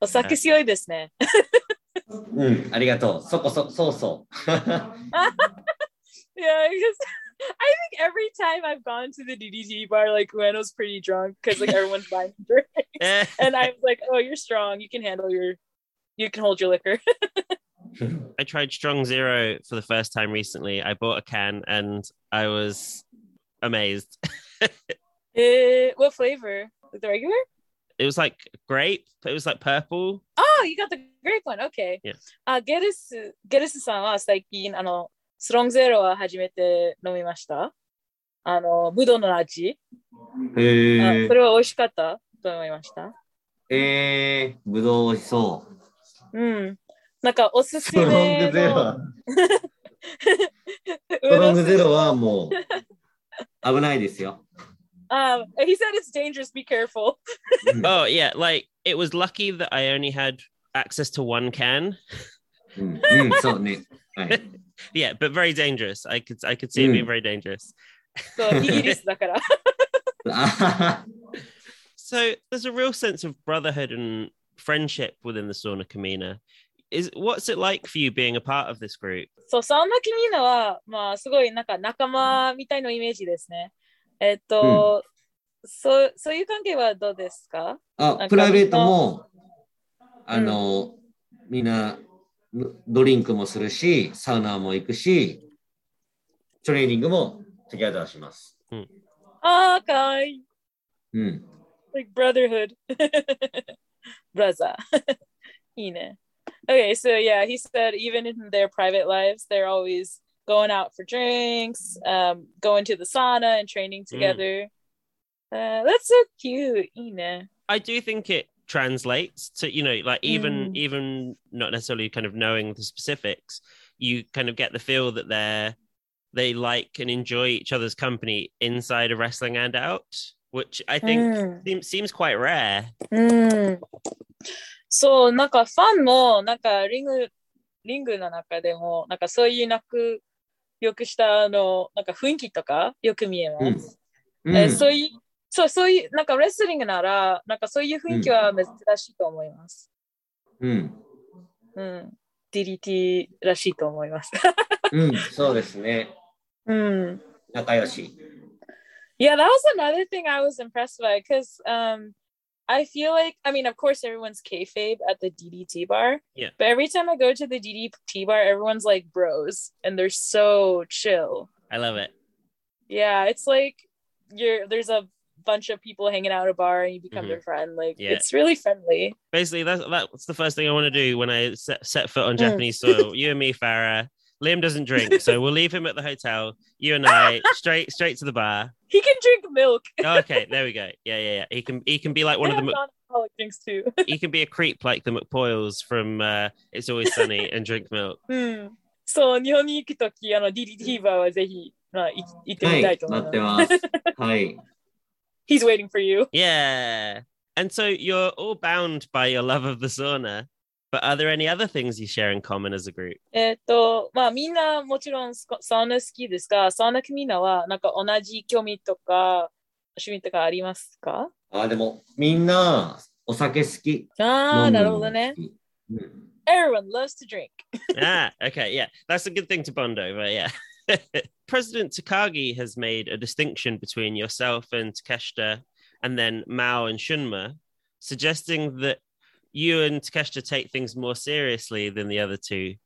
Speaker 3: お酒強いですね。
Speaker 2: うん、ありがとう。そこそ、そうそう。
Speaker 3: yeah, because I think every time I've gone to the DDT bar, like Ueno's pretty drunk because like everyone's buying drink.
Speaker 1: Eh,
Speaker 3: And I'm like, oh, you're strong. You can handle your, you can hold your liquor.
Speaker 1: I tried Strong Zero for the first time recently. I bought a can and I was amazed.
Speaker 3: Eh, what flavor? Like the regular?
Speaker 1: It was like grape, but it was like purple.
Speaker 3: Oh, you got the grape one. Okay. Uh,
Speaker 1: Yeah.
Speaker 3: あ、ゲルス、ゲルスさんは最近、あの、スロングゼロは初めて飲みました。あの、ブドウの味、あ
Speaker 2: へえ
Speaker 3: そ。れは美味しかったと思いました。
Speaker 2: えー、ぶどう美味しそう。
Speaker 3: うん。なんか、おす
Speaker 2: ス
Speaker 3: す
Speaker 2: ト
Speaker 3: め
Speaker 2: ロ
Speaker 3: の。
Speaker 2: ングゼロ は、ストロングゼロはもう危ないですよ。
Speaker 3: あ、he said it's dangerous, be careful.
Speaker 2: うん
Speaker 1: Oh yeah, like it was lucky that I only had access to one can.
Speaker 2: うん、うんそうね。 はい。
Speaker 1: Yeah, but very dangerous. I could I could see it being
Speaker 2: Mm.
Speaker 1: very dangerous.
Speaker 3: そう、イギリスだから。
Speaker 2: あはは
Speaker 1: So there's a real sense of brotherhood and friendship within the sauna Kamina. Is what's it like for you being a part of this group?
Speaker 3: そう、サウナキミーナは、まあ、すごいなんか仲間みたいなイメージですね。えっと、そう、そういう関係はどうですか
Speaker 2: あ、プライベートも、あの、みんなドリンクもするし、サウナも行くし、トレーニングもトゥギャダーします。
Speaker 3: ああ、かわいい。
Speaker 2: うん。
Speaker 3: like brotherhood. Brother. Ine. Okay, so yeah, he said even in their private lives, they're always going out for drinks, um, going to the sauna and training together. Uh, that's so cute, Ine.
Speaker 1: I do think it translates to you know like even
Speaker 3: Mm.
Speaker 1: even not necessarily kind of knowing the specifics, you kind of get the feel that they're they like and enjoy each other's company inside of wrestling and out, which I think
Speaker 3: Mm.
Speaker 1: seems seems quite rare.
Speaker 3: うん。そう、なんかファンも、なんかリング、リングの中でも、なんかそういう仲良くした、あの、なんか雰囲気とかよく見えます。
Speaker 2: うんうん
Speaker 3: えーそういう、そう、そういう、なんかレスリングなら、なんかそういう雰囲気は珍しいと思います。
Speaker 2: うん。
Speaker 3: うん。DDT らしいと思います。
Speaker 2: うん、そうですね。
Speaker 3: うん。
Speaker 2: 仲良し。
Speaker 3: Yeah, that was another thing I was impressed by because um, I feel like, I mean, of course, everyone's kayfabe at the DDT bar.
Speaker 1: Yeah.
Speaker 3: But every time I go to the DDT bar, everyone's like bros and they're so chill.
Speaker 1: I love it.
Speaker 3: Yeah, it's like you're there's a bunch of people hanging out at a bar and you become
Speaker 1: Mhm.
Speaker 3: their friend. Like
Speaker 1: Yeah.
Speaker 3: it's really friendly.
Speaker 1: Basically, that's, that's the first thing I want to do when I set, set foot on
Speaker 3: Mm.
Speaker 1: Japanese soil. You and me, Farah. Liam doesn't drink, so we'll leave him at the hotel. You and I straight straight to the bar. Oh,
Speaker 3: He can drink milk.
Speaker 1: Okay, there we go. Yeah, yeah, yeah. He can he can be like one
Speaker 3: I
Speaker 1: of the Mc-
Speaker 3: have non-alcoholic drinks too.
Speaker 1: he can be a creep like the McPoyles from uh, It's Always Sunny and drink milk.
Speaker 3: うん。そう、日本に行くとき、あの、DDT バーはぜひ、まあ、い行って
Speaker 2: は
Speaker 3: みたい
Speaker 2: い
Speaker 3: と、思い
Speaker 2: 待っ
Speaker 3: ま
Speaker 2: て
Speaker 3: す。
Speaker 2: ます。はい。
Speaker 3: He's waiting for you.
Speaker 1: Yeah. And so you're all bound by your love of the sauna. But are there any other things you share in common as a group?
Speaker 3: えーっと、まあ、みんなもちろんスコサウナ好きですが、サウナ組みんなは、なんか同じ興味とか、趣味とかありますか
Speaker 2: あー、でも、みんな、お酒好き。
Speaker 3: あ
Speaker 2: 飲
Speaker 3: あ、
Speaker 2: む
Speaker 3: なる
Speaker 2: の
Speaker 3: ほ
Speaker 2: も
Speaker 3: どね
Speaker 2: 好。き。うん
Speaker 3: Everyone loves to drink.
Speaker 1: ah, okay, yeah, that's a good thing to bond over, yeah. President Takagi has made a distinction between yourself and Takeshita, and then Mao and Shunma, suggesting that you and Takeshita take things more seriously than the other two.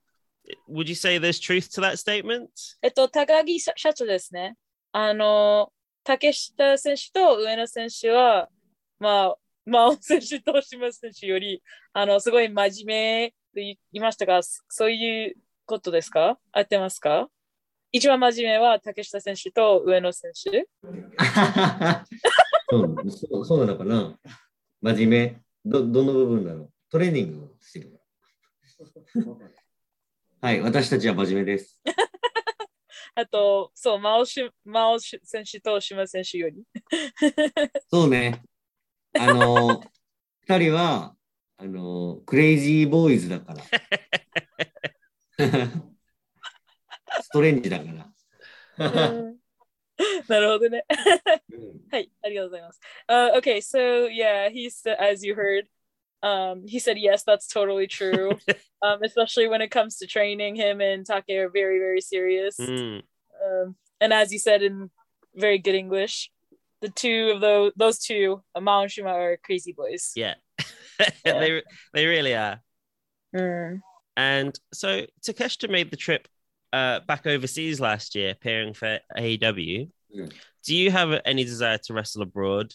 Speaker 1: Would you say there's truth to that statement?
Speaker 3: えっと、高木社社長ですね。あの、竹下選手と上野選手は、まあ、真央選手と島選手より、あの、すごい真面目と言いましたが、そそういうことですか合ってますか一番真面目は竹下選手と上野選手。
Speaker 2: そうそうそうなのかな真面目どどの部分だろうトレーニングをしてるか らはい私たちは真面目です
Speaker 3: あと、そう、真央し真央し選手と島選手より。
Speaker 2: そうねあの二人はあのクレイジーボーイズだからストレンジだから
Speaker 3: なるほどね。
Speaker 2: うん
Speaker 3: Hi, arigatou Uh, okay, so yeah, he's as you heard, um, he said yes, that's totally true. um, especially when it comes to training, him and Take are very, very serious.
Speaker 2: Mm.
Speaker 1: Hmm.
Speaker 3: Um, and as you said in very good English, the two of those those two, Amao and Shima, are crazy boys.
Speaker 1: yeah, they, they really are.
Speaker 3: Mm.
Speaker 1: And so Takeshita made the trip uh, back overseas last year, appearing for AEW.
Speaker 2: Yeah.
Speaker 1: Do you have any desire to wrestle abroad?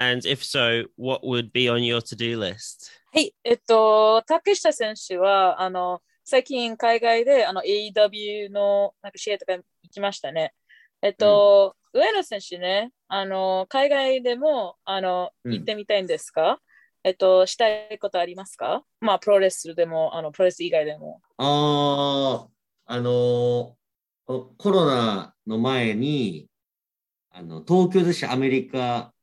Speaker 1: And if so, what would be on your to do list?
Speaker 3: はい、えっと、竹下選手は、あの、最近海外で、あの、AEW のなんか試合とか行きましたね。えっと、上野選手ね、あの、海外でも、あの、
Speaker 2: うん
Speaker 3: 行ってみたいんですか、えっと、したいことありますかまあ、プロレスでも、あの、プロレス以外でも。
Speaker 2: ああ、あのーこコロナの前に、あの、東京女子アメリカ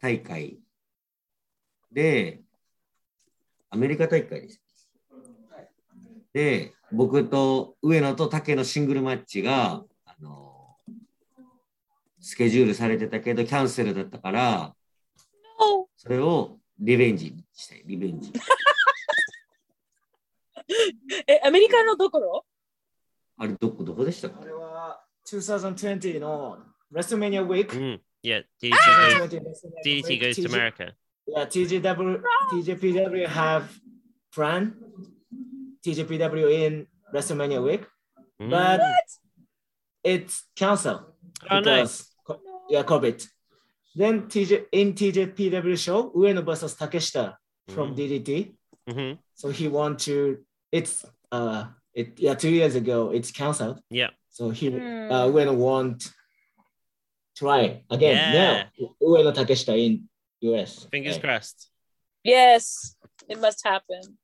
Speaker 2: 大会で、アメリカ大会でしたで、僕と上野と竹のシングルマッチが、あのースケジュールされてたけど、キャンセルだったから、それをリベンジしたい、リベンジ。
Speaker 3: え、アメリカのどころ
Speaker 2: あれ、どこ、どこでしたか
Speaker 4: あれは2020の WrestleMania Week。
Speaker 1: Mm, yeah, DDT, goes,
Speaker 4: 2020 WrestleMania
Speaker 1: DDT
Speaker 4: Week.
Speaker 1: goes to
Speaker 4: TG
Speaker 1: America.
Speaker 4: Yeah, TJW, TJPW have plan TJPW in WrestleMania week,
Speaker 1: Mm.
Speaker 4: but it's canceled
Speaker 1: Oh, no.
Speaker 4: because co- yeah COVID. Then TJ in TJPW show Ueno versus Takeshita
Speaker 1: Hmm.
Speaker 4: from DDT,
Speaker 1: Mhm.
Speaker 4: so he want to. It's uh it yeah two years ago it's canceled.
Speaker 1: Yeah.
Speaker 4: So he
Speaker 3: Hmm.
Speaker 4: uh, Ueno want try again
Speaker 1: Yeah.
Speaker 4: now Ueno Takeshita in US.
Speaker 1: Fingers
Speaker 4: Yeah.
Speaker 1: crossed.
Speaker 3: Yes, it must happen.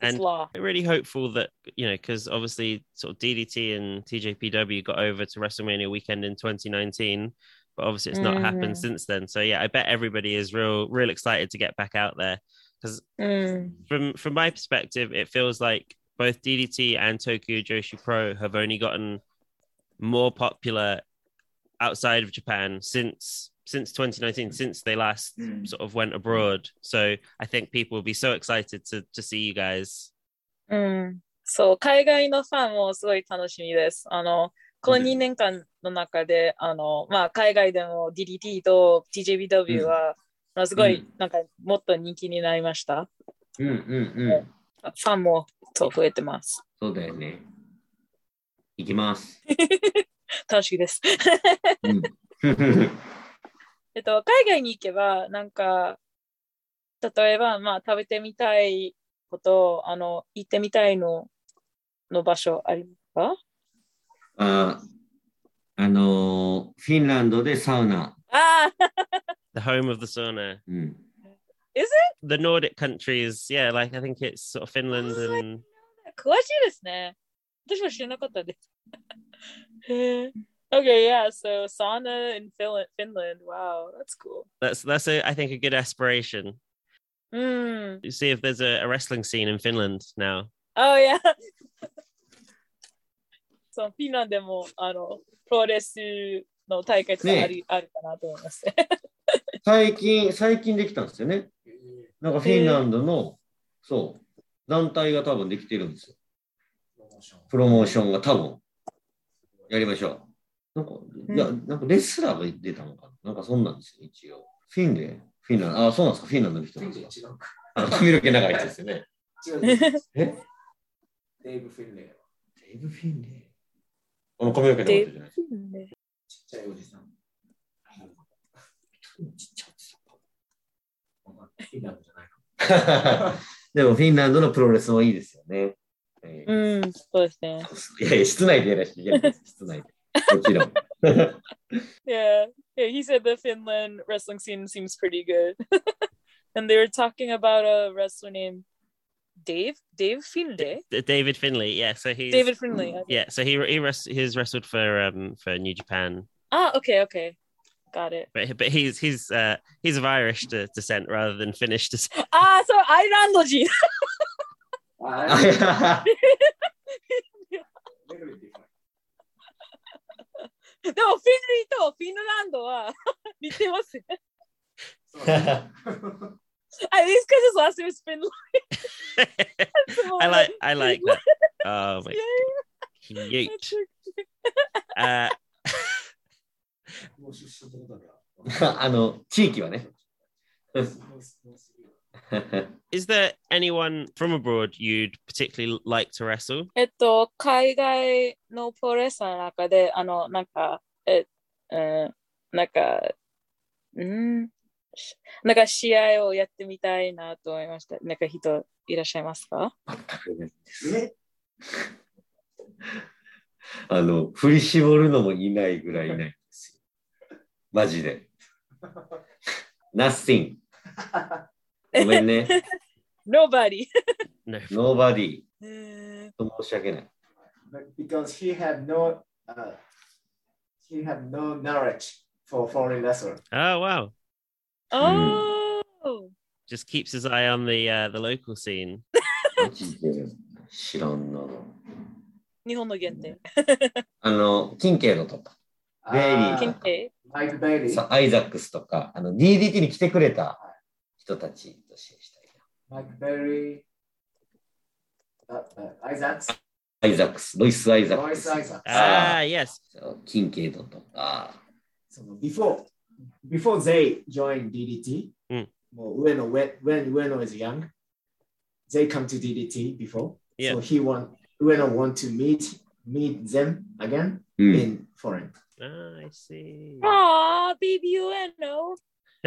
Speaker 3: It's
Speaker 1: And-
Speaker 3: law.
Speaker 1: I'm really hopeful that, you know, because obviously sort of DDT and TJPW got over to WrestleMania weekend in 2019, but obviously it's not
Speaker 3: Mhm.
Speaker 1: happened since then. So yeah, I bet everybody is real, real excited to get back out there.
Speaker 3: Mm.
Speaker 1: from from my perspective, it feels like both DDT and Tokyo Joshi Pro have only gotten more popular outside of Japan since since 2019, since they last sort of went abroad. So I think people will be so excited to to see you guys.
Speaker 3: うん、そう、海外のファンもすごい楽しみです。あの、この2年間の中で、あの、まあ、海外でも DDT と TJBW は、まあ、すご
Speaker 2: う
Speaker 3: い
Speaker 2: ん、
Speaker 3: なんか、もっと人気になりました。
Speaker 2: うんうんうん。
Speaker 3: ファンも、そう、増えてます。
Speaker 2: そうだよね。行きます。
Speaker 3: 楽しいです。 えっと、海外に行けば、なんか、例えば、まあ、食べてみたいこと、あの、行ってみたいの、の場所ありますか
Speaker 2: ああのーフィンランドでサウナ。
Speaker 3: ああ、
Speaker 1: The home of the sauna.
Speaker 2: うん、
Speaker 1: The Nordic countries, yeah, like I think it's sort of Finland
Speaker 3: Oh, I
Speaker 1: and
Speaker 3: 詳しいですね。私は知らなかったです。 へえ Okay, yeah, so sauna in Finland, Finland. Wow, that's cool.
Speaker 1: that's that's a I think a good aspiration.
Speaker 3: Mm.
Speaker 1: You see if there's a, a wrestling scene in Finland now.
Speaker 3: Oh, yeah. そう、フィンランドでも、あの、プロレスの大会とかあり、あるかなと思います。
Speaker 2: 最近、最近できたんですよね。なんかフィンランドの、そう、団体が多分できてるんですよ。プロモーションが多分、やりましょう。なんか、いや、なんかレスラーが出たのかななんかそんなんですよ、一応。フィンで、フィンランド、あ、そうなんですか、フィンランドの人なんですか。あの髪の毛長い人ですよね。え
Speaker 5: デイブ・フィンレイは
Speaker 2: デイブ・フィンで。あの髪の毛長い人じゃないですか。
Speaker 5: ち っちゃいおじさん。
Speaker 2: ちっちゃいです
Speaker 5: わかんないフィンランドじゃないかも。
Speaker 2: でもフィンランドのプロレスもいいですよね。えー
Speaker 3: うん、Hmm, そうですね。
Speaker 2: いやいや、室内でやらせていただきます。室内で。もちろん。
Speaker 3: Yeah, yeah. He said the Finland wrestling scene seems pretty good, and they were talking about a wrestler named Dave Dave Finlay.
Speaker 1: D- David Finley, yeah. So he's
Speaker 3: David Finlay.
Speaker 1: yeah. So he he rest, he's wrestled for um for New Japan,
Speaker 3: Ah, okay, okay, got it.
Speaker 1: but but he's he's uh he's of Irish de- descent rather than Finnish descent.
Speaker 3: Ah, so ideology.
Speaker 5: あ
Speaker 2: あい や
Speaker 5: レベルディファイ。
Speaker 3: でもフィンリーとフィンランドは 似てますね。
Speaker 5: そうだね
Speaker 3: I think it's because his last name is Finland. Oh,
Speaker 1: I like I like that. Oh my cute. Uh,
Speaker 5: もう出身ってことだ
Speaker 2: あの、地域はね。
Speaker 5: なすごいすごいすごい
Speaker 1: is there anyone from abroad you'd particularly like to wrestle?
Speaker 3: えっと、海外のプロレスラーの中で、あの、なんか、え、うん、なんか、うん、しなんか試合をやってみたいなと思いました。なんか人いらっしゃいますか
Speaker 5: え
Speaker 2: あの、振り絞るのもいないぐらいいないんですよ。マジで。Nothing. ごめんね。
Speaker 3: ?Nobody!
Speaker 1: No.
Speaker 2: Nobody.
Speaker 3: うーん
Speaker 2: 申し訳ない。
Speaker 5: But because he had no uh, he had no knowledge for foreign lesson.
Speaker 1: Oh wow.
Speaker 3: Oh!
Speaker 1: Just keeps his eye on the uh, the local scene.
Speaker 2: マジで知らんな。
Speaker 3: 日本の限定。
Speaker 2: あの、金慶のとか、
Speaker 3: 限定
Speaker 5: Uh, Mike Bailey.
Speaker 2: さアイザックスとか、あの DDT に来てくれた人たちと試合したい
Speaker 5: Mike Bailey. Uh, uh, Isaacs.
Speaker 2: な。アイザックス、ロイス・アイザック
Speaker 5: Royce
Speaker 2: ス。
Speaker 5: Isaacs.
Speaker 1: Ah,
Speaker 2: あ
Speaker 1: yes.
Speaker 2: 金慶のとか。
Speaker 5: その before, before they join DDT,
Speaker 1: うん
Speaker 5: もう上野 when, when Ueno is young, they come to DDT before.
Speaker 1: Yeah.
Speaker 5: So he want, Ueno want to meet, meet them again
Speaker 2: う
Speaker 5: in foreign.
Speaker 1: Ah, I see.
Speaker 3: ああ、BBUNO!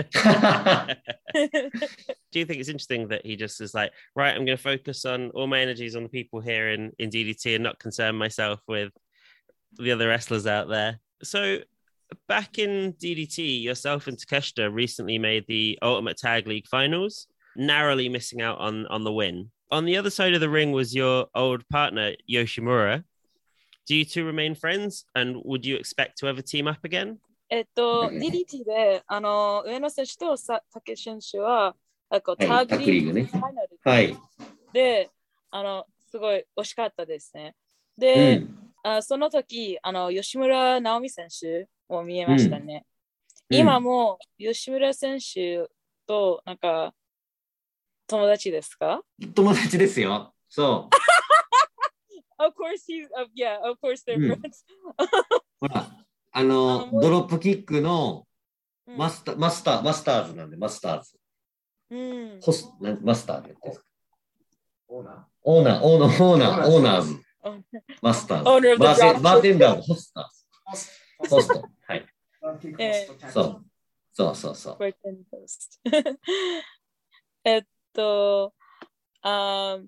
Speaker 1: Do you think it's interesting that he just is like, right, I'm going to focus on all my energies on the people here in, in DDT and not concern myself with the other wrestlers out there? So, back in DDT, yourself and Takeshita recently made the Ultimate Tag League finals, narrowly missing out on, on the win. On the other side of the ring was your old partner, Yoshimura. Do you two remain friends? And would you expect to ever team up again?
Speaker 3: えっと、
Speaker 2: うん
Speaker 3: DDT で、あの、上野選手とさ竹選手は、なんかタ
Speaker 2: はい
Speaker 3: ッグリーグ
Speaker 2: タッグリーグね
Speaker 3: のファイナル
Speaker 2: はい。
Speaker 3: で、あの、すごい惜しかったですね。
Speaker 2: う
Speaker 3: で、
Speaker 2: ん。
Speaker 3: あその時、あの、吉村直美選手も見えましたね。
Speaker 2: うん
Speaker 3: 今も、吉村選手と、なんか、友達ですか
Speaker 2: 友達ですよ。そう。
Speaker 3: ?Of course, he's, of, yeah, of course they're
Speaker 2: うん
Speaker 3: friends.
Speaker 2: ほら、あ
Speaker 3: あ
Speaker 2: の
Speaker 3: の、
Speaker 2: ドロップキックの
Speaker 3: うん
Speaker 2: マスター、マスター、マスターズなんで、マスターズ。
Speaker 3: うん。
Speaker 2: ホス、なんマスターでやってるんですか
Speaker 5: オーナ
Speaker 2: オーナー、オーナー、オーナー、オーナーズ
Speaker 3: オーナー。
Speaker 2: マスターズ。
Speaker 3: Owner of the
Speaker 2: バーテン
Speaker 3: drop
Speaker 2: バーテンダーのホスターズ。
Speaker 5: Post.
Speaker 2: ポスト。 はい。
Speaker 5: Donkey
Speaker 3: Eh.
Speaker 5: Cost Taxi.
Speaker 2: そう。そうそうそう。
Speaker 3: Burton Post. えっと、あー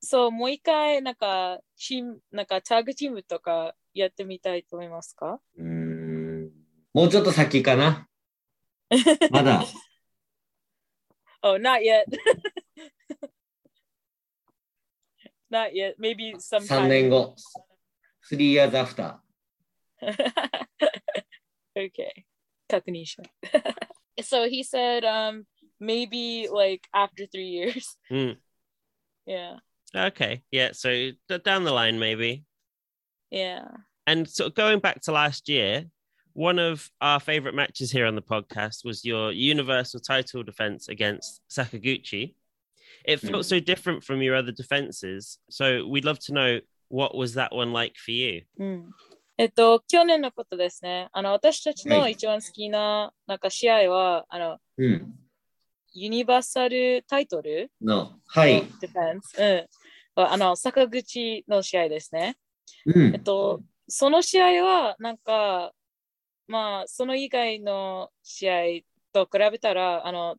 Speaker 3: そう、um, もう一回、なんか、チーム、なんか、タッグチームとかやってみたいと思いますか
Speaker 2: うーんもうちょっと先か な。まだ。
Speaker 3: Oh, not yet. not yet. Maybe
Speaker 2: 3
Speaker 3: sometime.
Speaker 2: 年後。3 years after。
Speaker 3: okay. 確認します。so he said, um, maybe like after three years.
Speaker 1: Mm.
Speaker 3: Yeah.
Speaker 1: Okay. Yeah. So d- down the line, maybe.
Speaker 3: Yeah.
Speaker 1: And sort of going back to last year, one of our favorite matches here on the podcast was your Universal title defense against Sakaguchi. It felt so different from your other defenses. So we'd love to know what was that one like for you?
Speaker 3: うんえっと、去年のことですね。あの、私たちの
Speaker 2: はい
Speaker 3: 一番好きな、なんか試合は、あの、
Speaker 2: うん。
Speaker 3: ユニバーサルタイトル
Speaker 2: の。はい。
Speaker 3: ディフェンス。うん。あの、坂口の試合ですね。
Speaker 2: う
Speaker 3: えっ
Speaker 2: ん。
Speaker 3: と、その試合は、なんか、まあ、その以外の試合と比べたら、あの、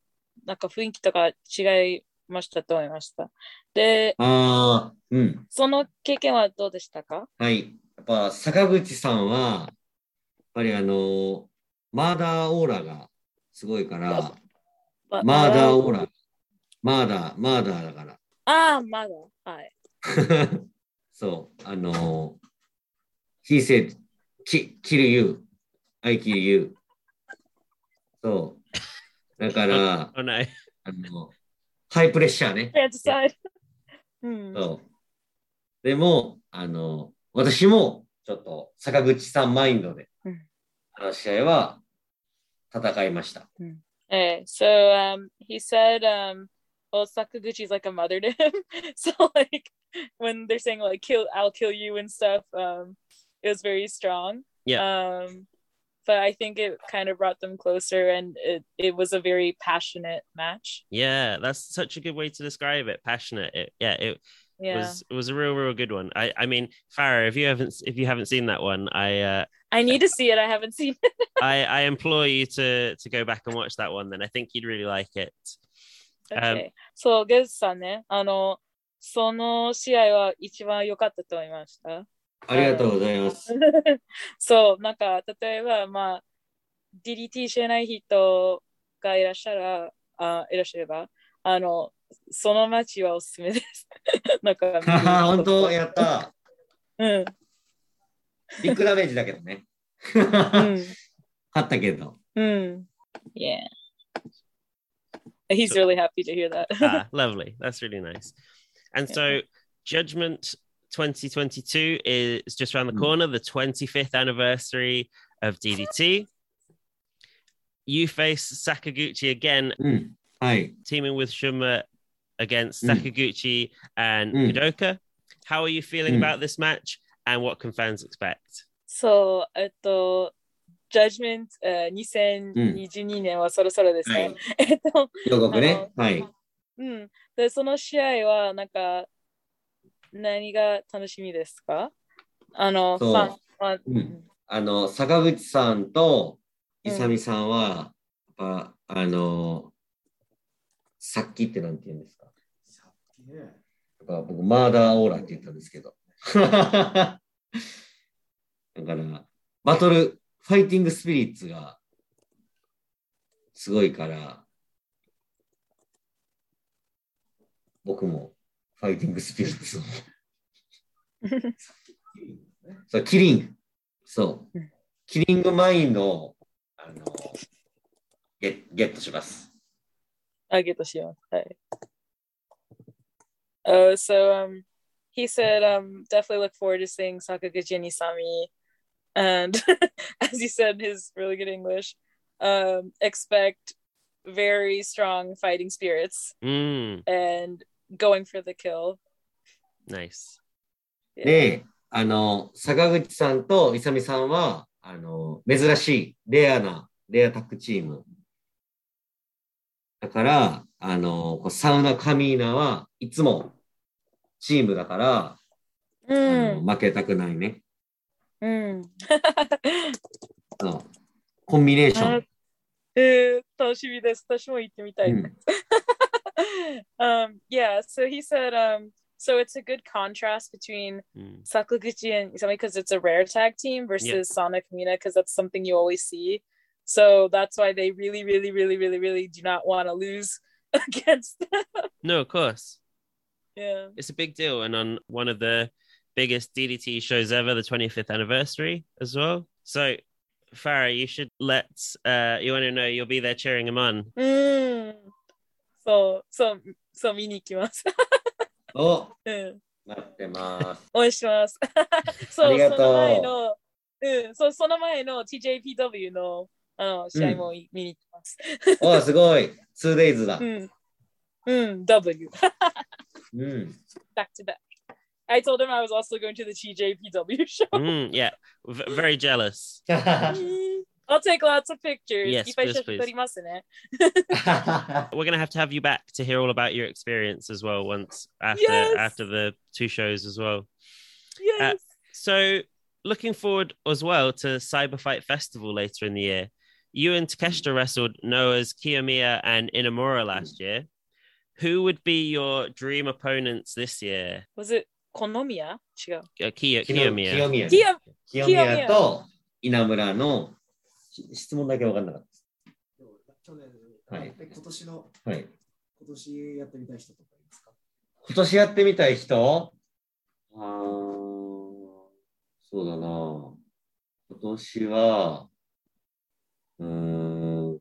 Speaker 3: なんか雰囲気とか違いましたと思いました。で、
Speaker 2: ああ、うん。
Speaker 3: その経験はどうでしたか
Speaker 2: はい。やっぱ坂口さんは、やっぱりあの、マーダーオーラがすごいから、マーダーオーラ。マーダー、マーダーだから。
Speaker 3: ああ、まだ。はい。
Speaker 2: そう、あのー、he said, ki- kill you, I kill you. そう。だから、
Speaker 1: Oh, no.
Speaker 2: あの、ハイプレッシャー ね。
Speaker 3: Bad side. うん。
Speaker 1: Oh.
Speaker 2: そう。でも、あの、私も、ちょっと、坂口さんマインドで
Speaker 3: うん、
Speaker 2: あの試合は、戦いました。
Speaker 3: Okay, so um, he said, um, well, Sakaguchi's like a mother to him. so like when they're saying like "kill," I'll kill you and stuff. Um, it was very strong. Yeah. Um, but I think it kind of brought them closer, and it it was a very passionate match.
Speaker 1: Yeah, that's such a good way to describe it. Passionate. It, yeah, it
Speaker 3: Yeah,
Speaker 1: was it was a real, real good one. I, I mean, Farah, if you haven't if you haven't seen that one, I uh,
Speaker 3: I need to see it. I haven't seen it.
Speaker 1: I, I implore you to to go back and watch that one. Then I think you'd really like it. Um,
Speaker 3: Okay. so ゲズさんね、あのその試合は一番良かったと思いました。
Speaker 2: ありがとうございます。
Speaker 3: そう、なんか、例えば、まあ、DDT してない人がいらっしゃら、あいらっしゃれば、あの、その街はおすすめです。 なんか、見る
Speaker 2: 本当、やった。
Speaker 3: うん、
Speaker 2: ビッグダメージだけどね。
Speaker 3: うん、
Speaker 2: 勝ったけど。
Speaker 3: うん。Yeah. He's really happy to hear that.
Speaker 1: ah, lovely. That's really nice. And so, Judgment 2022 is just around the
Speaker 2: Mm.
Speaker 1: corner, the 25th anniversary of DDT. You face Sakaguchi again,
Speaker 2: うん。はい。
Speaker 1: teaming with Shuma against
Speaker 2: Mm.
Speaker 1: Sakaguchi and
Speaker 2: Mm.
Speaker 1: Kudoka. How are you feeling
Speaker 2: Mm.
Speaker 1: about this match and what can fans expect?
Speaker 3: so, えっと、Judgment、えー、2022年はそろそろです
Speaker 2: は
Speaker 3: ね。
Speaker 2: い。
Speaker 3: えっと、
Speaker 2: 予告ね。はい。
Speaker 3: うん。で、その試合は、なんか、何が楽しみですかあの、フ
Speaker 2: そう
Speaker 3: ァン、ファン
Speaker 2: うんあの坂口さんといさみさんは、やっぱあのさっきってなんて言うんですか
Speaker 5: Yeah.
Speaker 2: やっぱ僕マーダーオーラって言ったんですけどだからバトルファイティングスピリッツがすごいから僕もファイティングスピリッツをそう、キリン。そう
Speaker 3: うん。
Speaker 2: キリングマインドを、あの、ゲゲットします。
Speaker 3: あげとします。はい。Uh, so, um, he said, um, definitely look forward to seeing Sakaguchi and Isami. And as he said, his really good English. Um, expect very strong fighting spirits
Speaker 1: Mm,
Speaker 3: and going for the kill.
Speaker 1: nice.
Speaker 3: Yeah.
Speaker 2: で、あの、坂口さんといさみさんは、あの、珍しい、レアな、レアタッグチーム。だから、あの、こうサウナカミーナはい Mm. つもチームだから、あの負けたくないね。
Speaker 3: うん。
Speaker 2: うんコンビネーショ
Speaker 3: あ
Speaker 2: ン。
Speaker 3: えー、楽しみです。私も行ってみたい。
Speaker 2: う
Speaker 3: um,
Speaker 2: ん
Speaker 3: yeah, so he said, um, so it's a good contrast between
Speaker 1: Mm.
Speaker 3: Sakaguchi and Izami because it's a rare tag team versus Sana Kamina because that's something you always see. So that's why they really, really, really, really, really do not want to lose against them.
Speaker 1: No, of course.
Speaker 3: Yeah.
Speaker 1: It's a big deal. And on one of the biggest DDT shows ever, the 25th anniversary as well. So, Farah, you should let, uh, you want to know, you'll be there cheering him on.
Speaker 3: うん。そう、そう、そう、見に行きます。
Speaker 2: を
Speaker 3: うん。
Speaker 2: 待ってます。
Speaker 3: 応援します。そう、
Speaker 2: ありがとう
Speaker 3: その前の、うん、そう、その前の TJPW のあの試合もい見に行きます。
Speaker 2: おーすごい !2days だ
Speaker 3: う。ん。うん、W。
Speaker 2: うん。
Speaker 3: back to back. I told him I was also going to the TJPW show.
Speaker 1: Mm, yeah. V- very jealous.
Speaker 3: I'll take lots of pictures.
Speaker 1: Yes,
Speaker 3: いっぱい
Speaker 1: please,
Speaker 3: 写真
Speaker 1: please.
Speaker 3: 撮りますね。
Speaker 1: We're going to have to have you back to hear all about your experience as well once after
Speaker 3: Yes.
Speaker 1: after the two shows as well.
Speaker 3: Yes.
Speaker 1: So, looking forward as well to Cyber Fight Festival later in the year. You and Takeshita wrestled Noah's Kiyomiya and Inamura last year. Who would be your dream opponents this year?
Speaker 3: was it コノミヤ違う。
Speaker 1: Uh, Kiyo,
Speaker 2: 清宮
Speaker 1: Kiyomiya.
Speaker 3: キア
Speaker 2: 清宮と稲村のし質問だけ分かんなかっ
Speaker 5: 去年、
Speaker 2: はい
Speaker 5: で今年の、
Speaker 2: た。はい。
Speaker 5: 今年やってみたい人とかいますか
Speaker 2: 今年やってみたい人あーそうだな。今年は、うーん、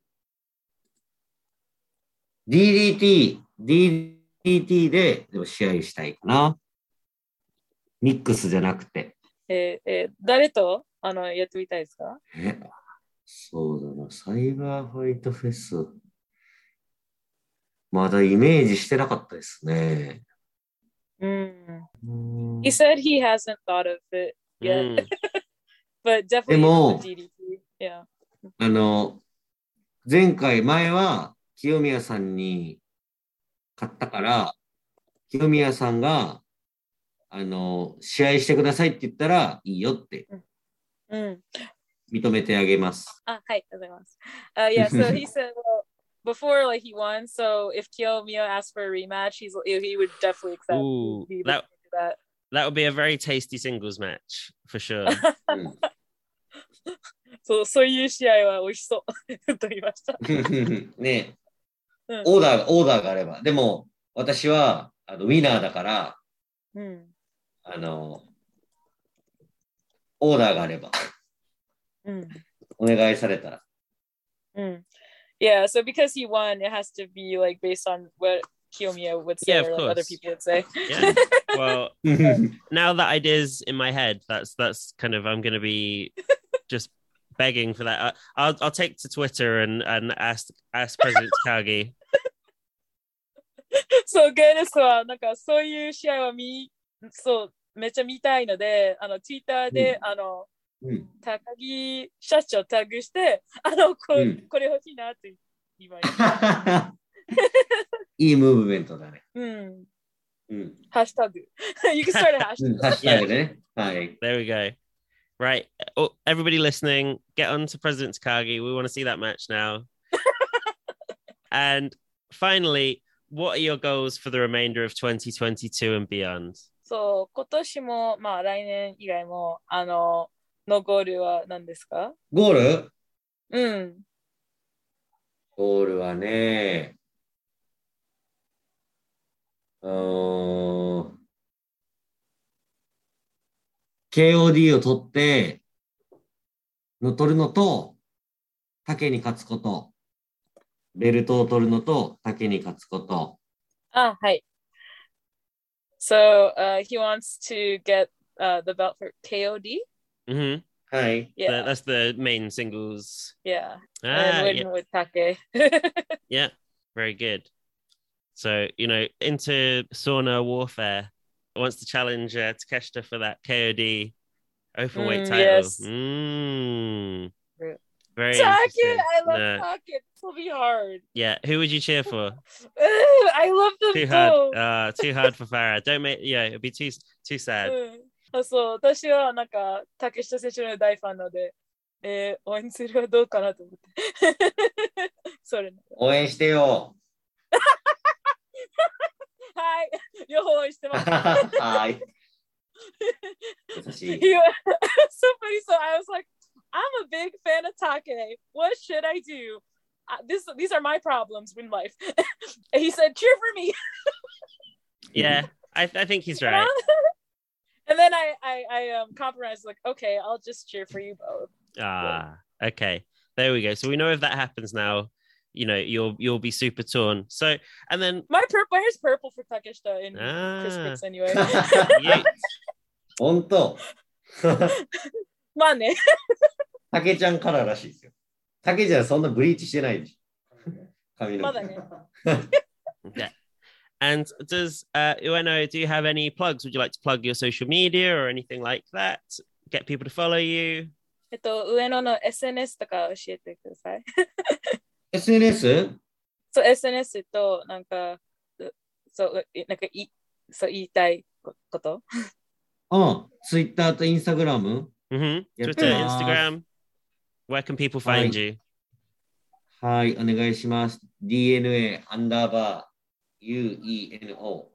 Speaker 2: DDT、DDT ででも試合したいかな。ミックスじゃなくて。
Speaker 3: えーえー uh, 誰とあのやってみたいですか
Speaker 2: え、そうだな。サイバーファイトフェス。まだイメージしてなかったですね。
Speaker 3: うん。
Speaker 2: うーん
Speaker 3: He said he hasn't thought of it yet,
Speaker 1: Mm.
Speaker 3: but
Speaker 2: で
Speaker 3: definitely
Speaker 2: も、
Speaker 3: DDT. Yeah.
Speaker 2: あの、前回、前は清宮さんに買ったから、清宮さんが、あの、試合してくださいって言ったら、いいよって
Speaker 3: うん。
Speaker 2: 認めてあげ ます。
Speaker 3: Ah, hi, everyone's. Uh, yeah, so he said well, before like he won, so if Kiyomiya asked for a rematch, he's he would definitely accept.
Speaker 1: Ooh,
Speaker 3: He'd be
Speaker 1: that-
Speaker 3: willing to do that.
Speaker 1: That would be a very tasty singles match for sure.
Speaker 2: うん
Speaker 3: そうそういう試合は美味し そう。と言いました。
Speaker 2: ね
Speaker 3: うん
Speaker 2: オーダー、オーダーがあれば。でも、私は、あの、ウィナーだから、
Speaker 3: うん。
Speaker 2: あの、オーダーがあれば、
Speaker 3: うん。
Speaker 2: お願いされた ら。
Speaker 3: うん。Yeah, hmm. so because he won, it has to be like based on what Kiyomiya would say
Speaker 1: Yeah, of
Speaker 3: or like,
Speaker 1: course.
Speaker 3: other people would say.
Speaker 1: Yeah. Well, now that idea's in my head, that's that's kind of I'm gonna be just begging for that. I, I'll I'll take to Twitter and and ask ask President Takagi.
Speaker 3: そう、ガイネスは、なんかそういう試合は見、そう、めっちゃ見たいので、あの、ツイッターで、あの、
Speaker 2: うん
Speaker 3: 高木社長タグして、 あの、こ,、
Speaker 2: うん
Speaker 3: これ欲しいなって言いました。
Speaker 2: いいムーブメントだね。
Speaker 3: うん。
Speaker 2: うん。
Speaker 3: ハッシュタグ。you can start a hashtag.
Speaker 2: うん、確かにね。はい。
Speaker 1: There we go. Right. Oh, everybody listening, get on to President Takagi. We want to see that match now. and finally, what are your goals for the remainder of 2022 and beyond?
Speaker 3: そう、今年も、まあ来年以外も、あの、のゴールは何ですか
Speaker 2: ゴール
Speaker 3: うん。
Speaker 2: ゴールはね、うーん、KOD を取って、の取るのと、竹に勝つこと、ベルトを取るのと、竹に勝つこと。
Speaker 3: Ah, hi. So uh, he wants to get uh, the belt for KOD.
Speaker 1: hmm
Speaker 2: はい。
Speaker 3: Yeah,
Speaker 1: that's the main singles.
Speaker 3: yeah.
Speaker 1: Ah,
Speaker 3: and win
Speaker 1: yeah,
Speaker 3: with Take.
Speaker 1: yeah. Very good. So, you know, into sauna warfare. Wants to challenge uh, Takeshita for that KOD open weight
Speaker 3: Mm,
Speaker 1: title.
Speaker 3: yes.
Speaker 1: Mm.
Speaker 3: True.
Speaker 1: Very
Speaker 3: Take,
Speaker 1: interesting.
Speaker 3: I love
Speaker 1: No.
Speaker 3: Take. It'll be hard.
Speaker 1: Yeah, who would you cheer for?
Speaker 3: I love them
Speaker 1: Too hard.
Speaker 3: both.
Speaker 1: Uh, too hard for Farah. Don't make. Yeah, it'd be too too sad.
Speaker 3: Mm. あそう、私はなんか、竹下選手の大ファンなので、えー、応援するはどうかなと思って。 それね
Speaker 2: 応援してよ。
Speaker 3: はい、両方応 援してま す。
Speaker 2: はい。優しい。
Speaker 3: He, somebody so I was like, I'm a big fan of Take. What should I do? Uh, this these are my problems in life. and he said, cheer for me.
Speaker 6: Yeah, I, I think he's right.
Speaker 3: and then I I, I um, compromised like, okay, I'll just cheer for you both.
Speaker 6: Ah, okay. There we go. So we know if that happens now, you know, you'll you'll be super torn. So and then
Speaker 3: My purple my hair's purple for Takeshita in Chris
Speaker 6: ah,
Speaker 3: Picks anyway.
Speaker 6: い
Speaker 2: 本当。
Speaker 3: Money.
Speaker 2: 竹ちゃんかららしいですよ。竹ちゃんそんなブリーチしてないでしょ。髪の
Speaker 3: ま
Speaker 2: 毛
Speaker 3: だ。ね。
Speaker 6: yeah. And does uh Ueno, do you have any plugs? Would you like to plug your social media or anything like that? Get people to follow you?
Speaker 3: えっと、上野の SNS とか教えてください。
Speaker 2: SNS?
Speaker 3: そう、SNS と、なんか、うそう、えなんかい、そう、言いたいここと。
Speaker 2: うん。Twitter と Instagram?
Speaker 6: hmm Twitter,
Speaker 2: Yeah.
Speaker 6: Instagram. Where can people find
Speaker 2: Fine.
Speaker 6: you?
Speaker 2: はい、お願いします。DNA アンダーバー UENO。お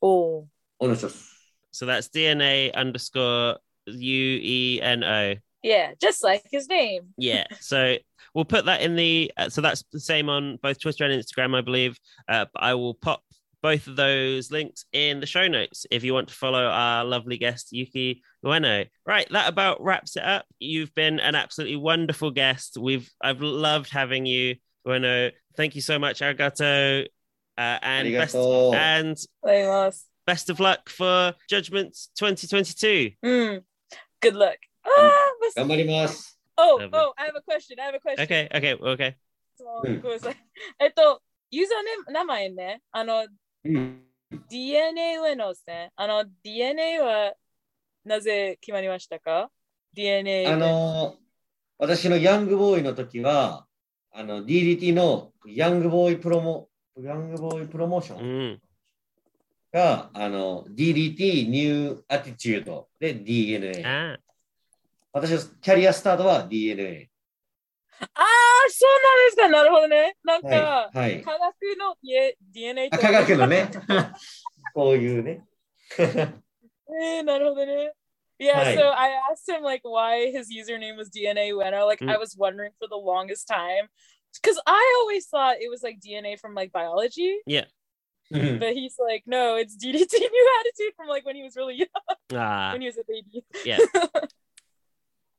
Speaker 3: おお。
Speaker 2: 願いします。
Speaker 6: So that's DNA underscore U E N O.
Speaker 3: Yeah, just like his name.
Speaker 6: Yeah. So we'll put that in the. Uh, so that's the same on both Twitter and Instagram, I believe. Uh, but I will pop both of those links in the show notes if you want to follow our lovely guest, Yuki Ueno. Right. That about wraps it up. You've been an absolutely wonderful guest. We've I've loved having you, Ueno. Thank you so much, Arigato. Uh,
Speaker 2: あり
Speaker 6: and
Speaker 2: が
Speaker 6: best
Speaker 2: とう。
Speaker 6: and
Speaker 3: ありがとうございます。
Speaker 6: best of luck for Judgments 2022.
Speaker 3: うん。Good Hmm. luck. ああ、
Speaker 2: 頑張ります。
Speaker 3: Oh,
Speaker 6: Lovely.
Speaker 3: oh, I have a question. I have a question.
Speaker 6: Okay. Okay. Okay.
Speaker 3: そう
Speaker 2: うん
Speaker 3: ごめんなさい。えっと、ユーザーネ名前ね、あの、
Speaker 2: うん。
Speaker 3: DNA 上のですね。あの、DNA はなぜ決まりましたか ?DNA で。
Speaker 2: あのー私のヤングボーイの時は、あの DDT のヤングボーイプロモ、ヤングボーイプロモーション
Speaker 6: Mm.
Speaker 2: が、あの DDT ニューアティチュードで DNA。
Speaker 6: Ah.
Speaker 2: 私のキャリアスタートは DNA。
Speaker 3: ああ、そうなんですか。なるほどね。なんか、
Speaker 2: はい。はい、
Speaker 3: 科学の D- DNA
Speaker 2: あ
Speaker 3: と。
Speaker 2: 科学のね。 こういうね。
Speaker 3: えー、なるほどね。Yeah,
Speaker 2: はい。
Speaker 3: so I asked him like why his username was DNA Ueno. Like
Speaker 6: うん
Speaker 3: I was wondering for the longest time, because I always thought it was like DNA from like biology,
Speaker 2: うん
Speaker 3: but he's like, no, it's DDT New Attitude from like when he was really young,
Speaker 6: Ah.
Speaker 3: when he was a baby.
Speaker 6: Yeah.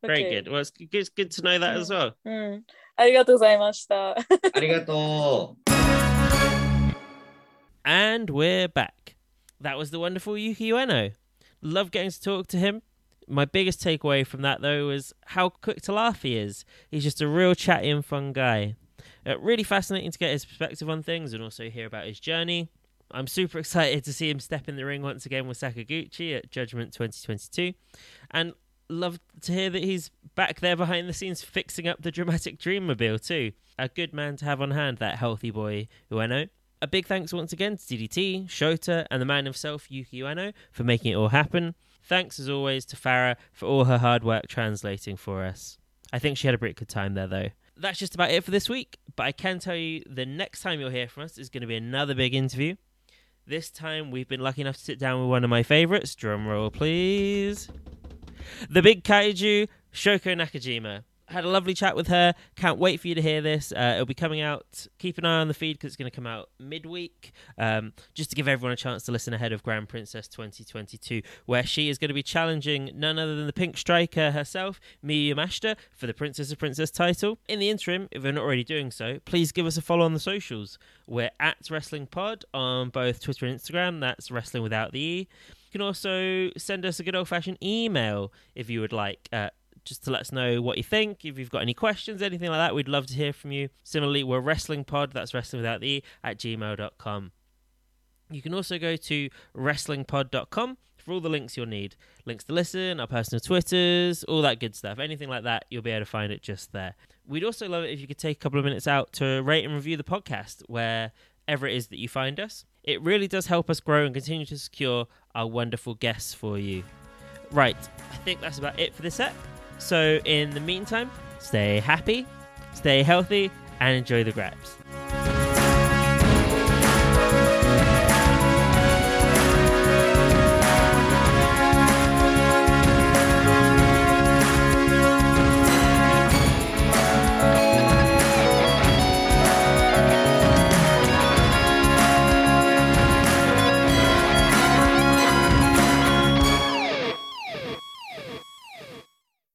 Speaker 6: Very good. Well, it's good, it's good to know that as well.
Speaker 3: うん、ありがとうございました。
Speaker 2: ありがとう。
Speaker 1: And we're back. That was the wonderful Yuki Ueno. Love getting to talk to him. My biggest takeaway from that, though, was how quick to laugh he is. He's just a real chatty and fun guy. Uh, really fascinating to get his perspective on things and also hear about his journey. I'm super excited to see him step in the ring once again with Sakaguchi at Judgment 2022. And love to hear that he's back there behind the scenes fixing up the dramatic Dreammobile, too. A good man to have on hand, that healthy boy, Ueno. A big thanks once again to DDT, Shota, and the man himself, Yuki Ueno, for making it all happen. Thanks as always to Farah for all her hard work translating for us. I think she had a pretty good time there though. That's just about it for this week, but I can tell you the next time you'll hear from us is going to be another big interview. This time we've been lucky enough to sit down with one of my favourites, drum roll please. The big kaiju, Shoko Nakajima. Had a lovely chat with her. Can't wait for you to hear this. Uh, it'll be coming out. Keep an eye on the feed because it's going to come out midweek, um, just to give everyone a chance to listen ahead of Grand Princess 2022, where she is going to be challenging none other than the Pink Striker herself, Miyu Mashita, for the Princess of Princess title. In the interim, if you're not already doing so, please give us a follow on the socials. We're at Wrestling Pod on both Twitter and Instagram. That's Wrestling Without the E. You can also send us a good old fashioned email if you would like. Uh, just to let us know what you think. If you've got any questions, anything like that, we'd love to hear from you. Similarly, we're Wrestling Pod, that's wrestling without the E, at gmail.com. You can also go to wrestlingpod.com for all the links you'll need. Links to listen, our personal Twitters, all that good stuff. Anything like that, you'll be able to find it just there. We'd also love it if you could take a couple of minutes out to rate and review the podcast wherever it is that you find us. It really does help us grow and continue to secure our wonderful guests for you. Right, I think that's about it for this ep. So in the meantime, stay happy, stay healthy, and enjoy the grabs.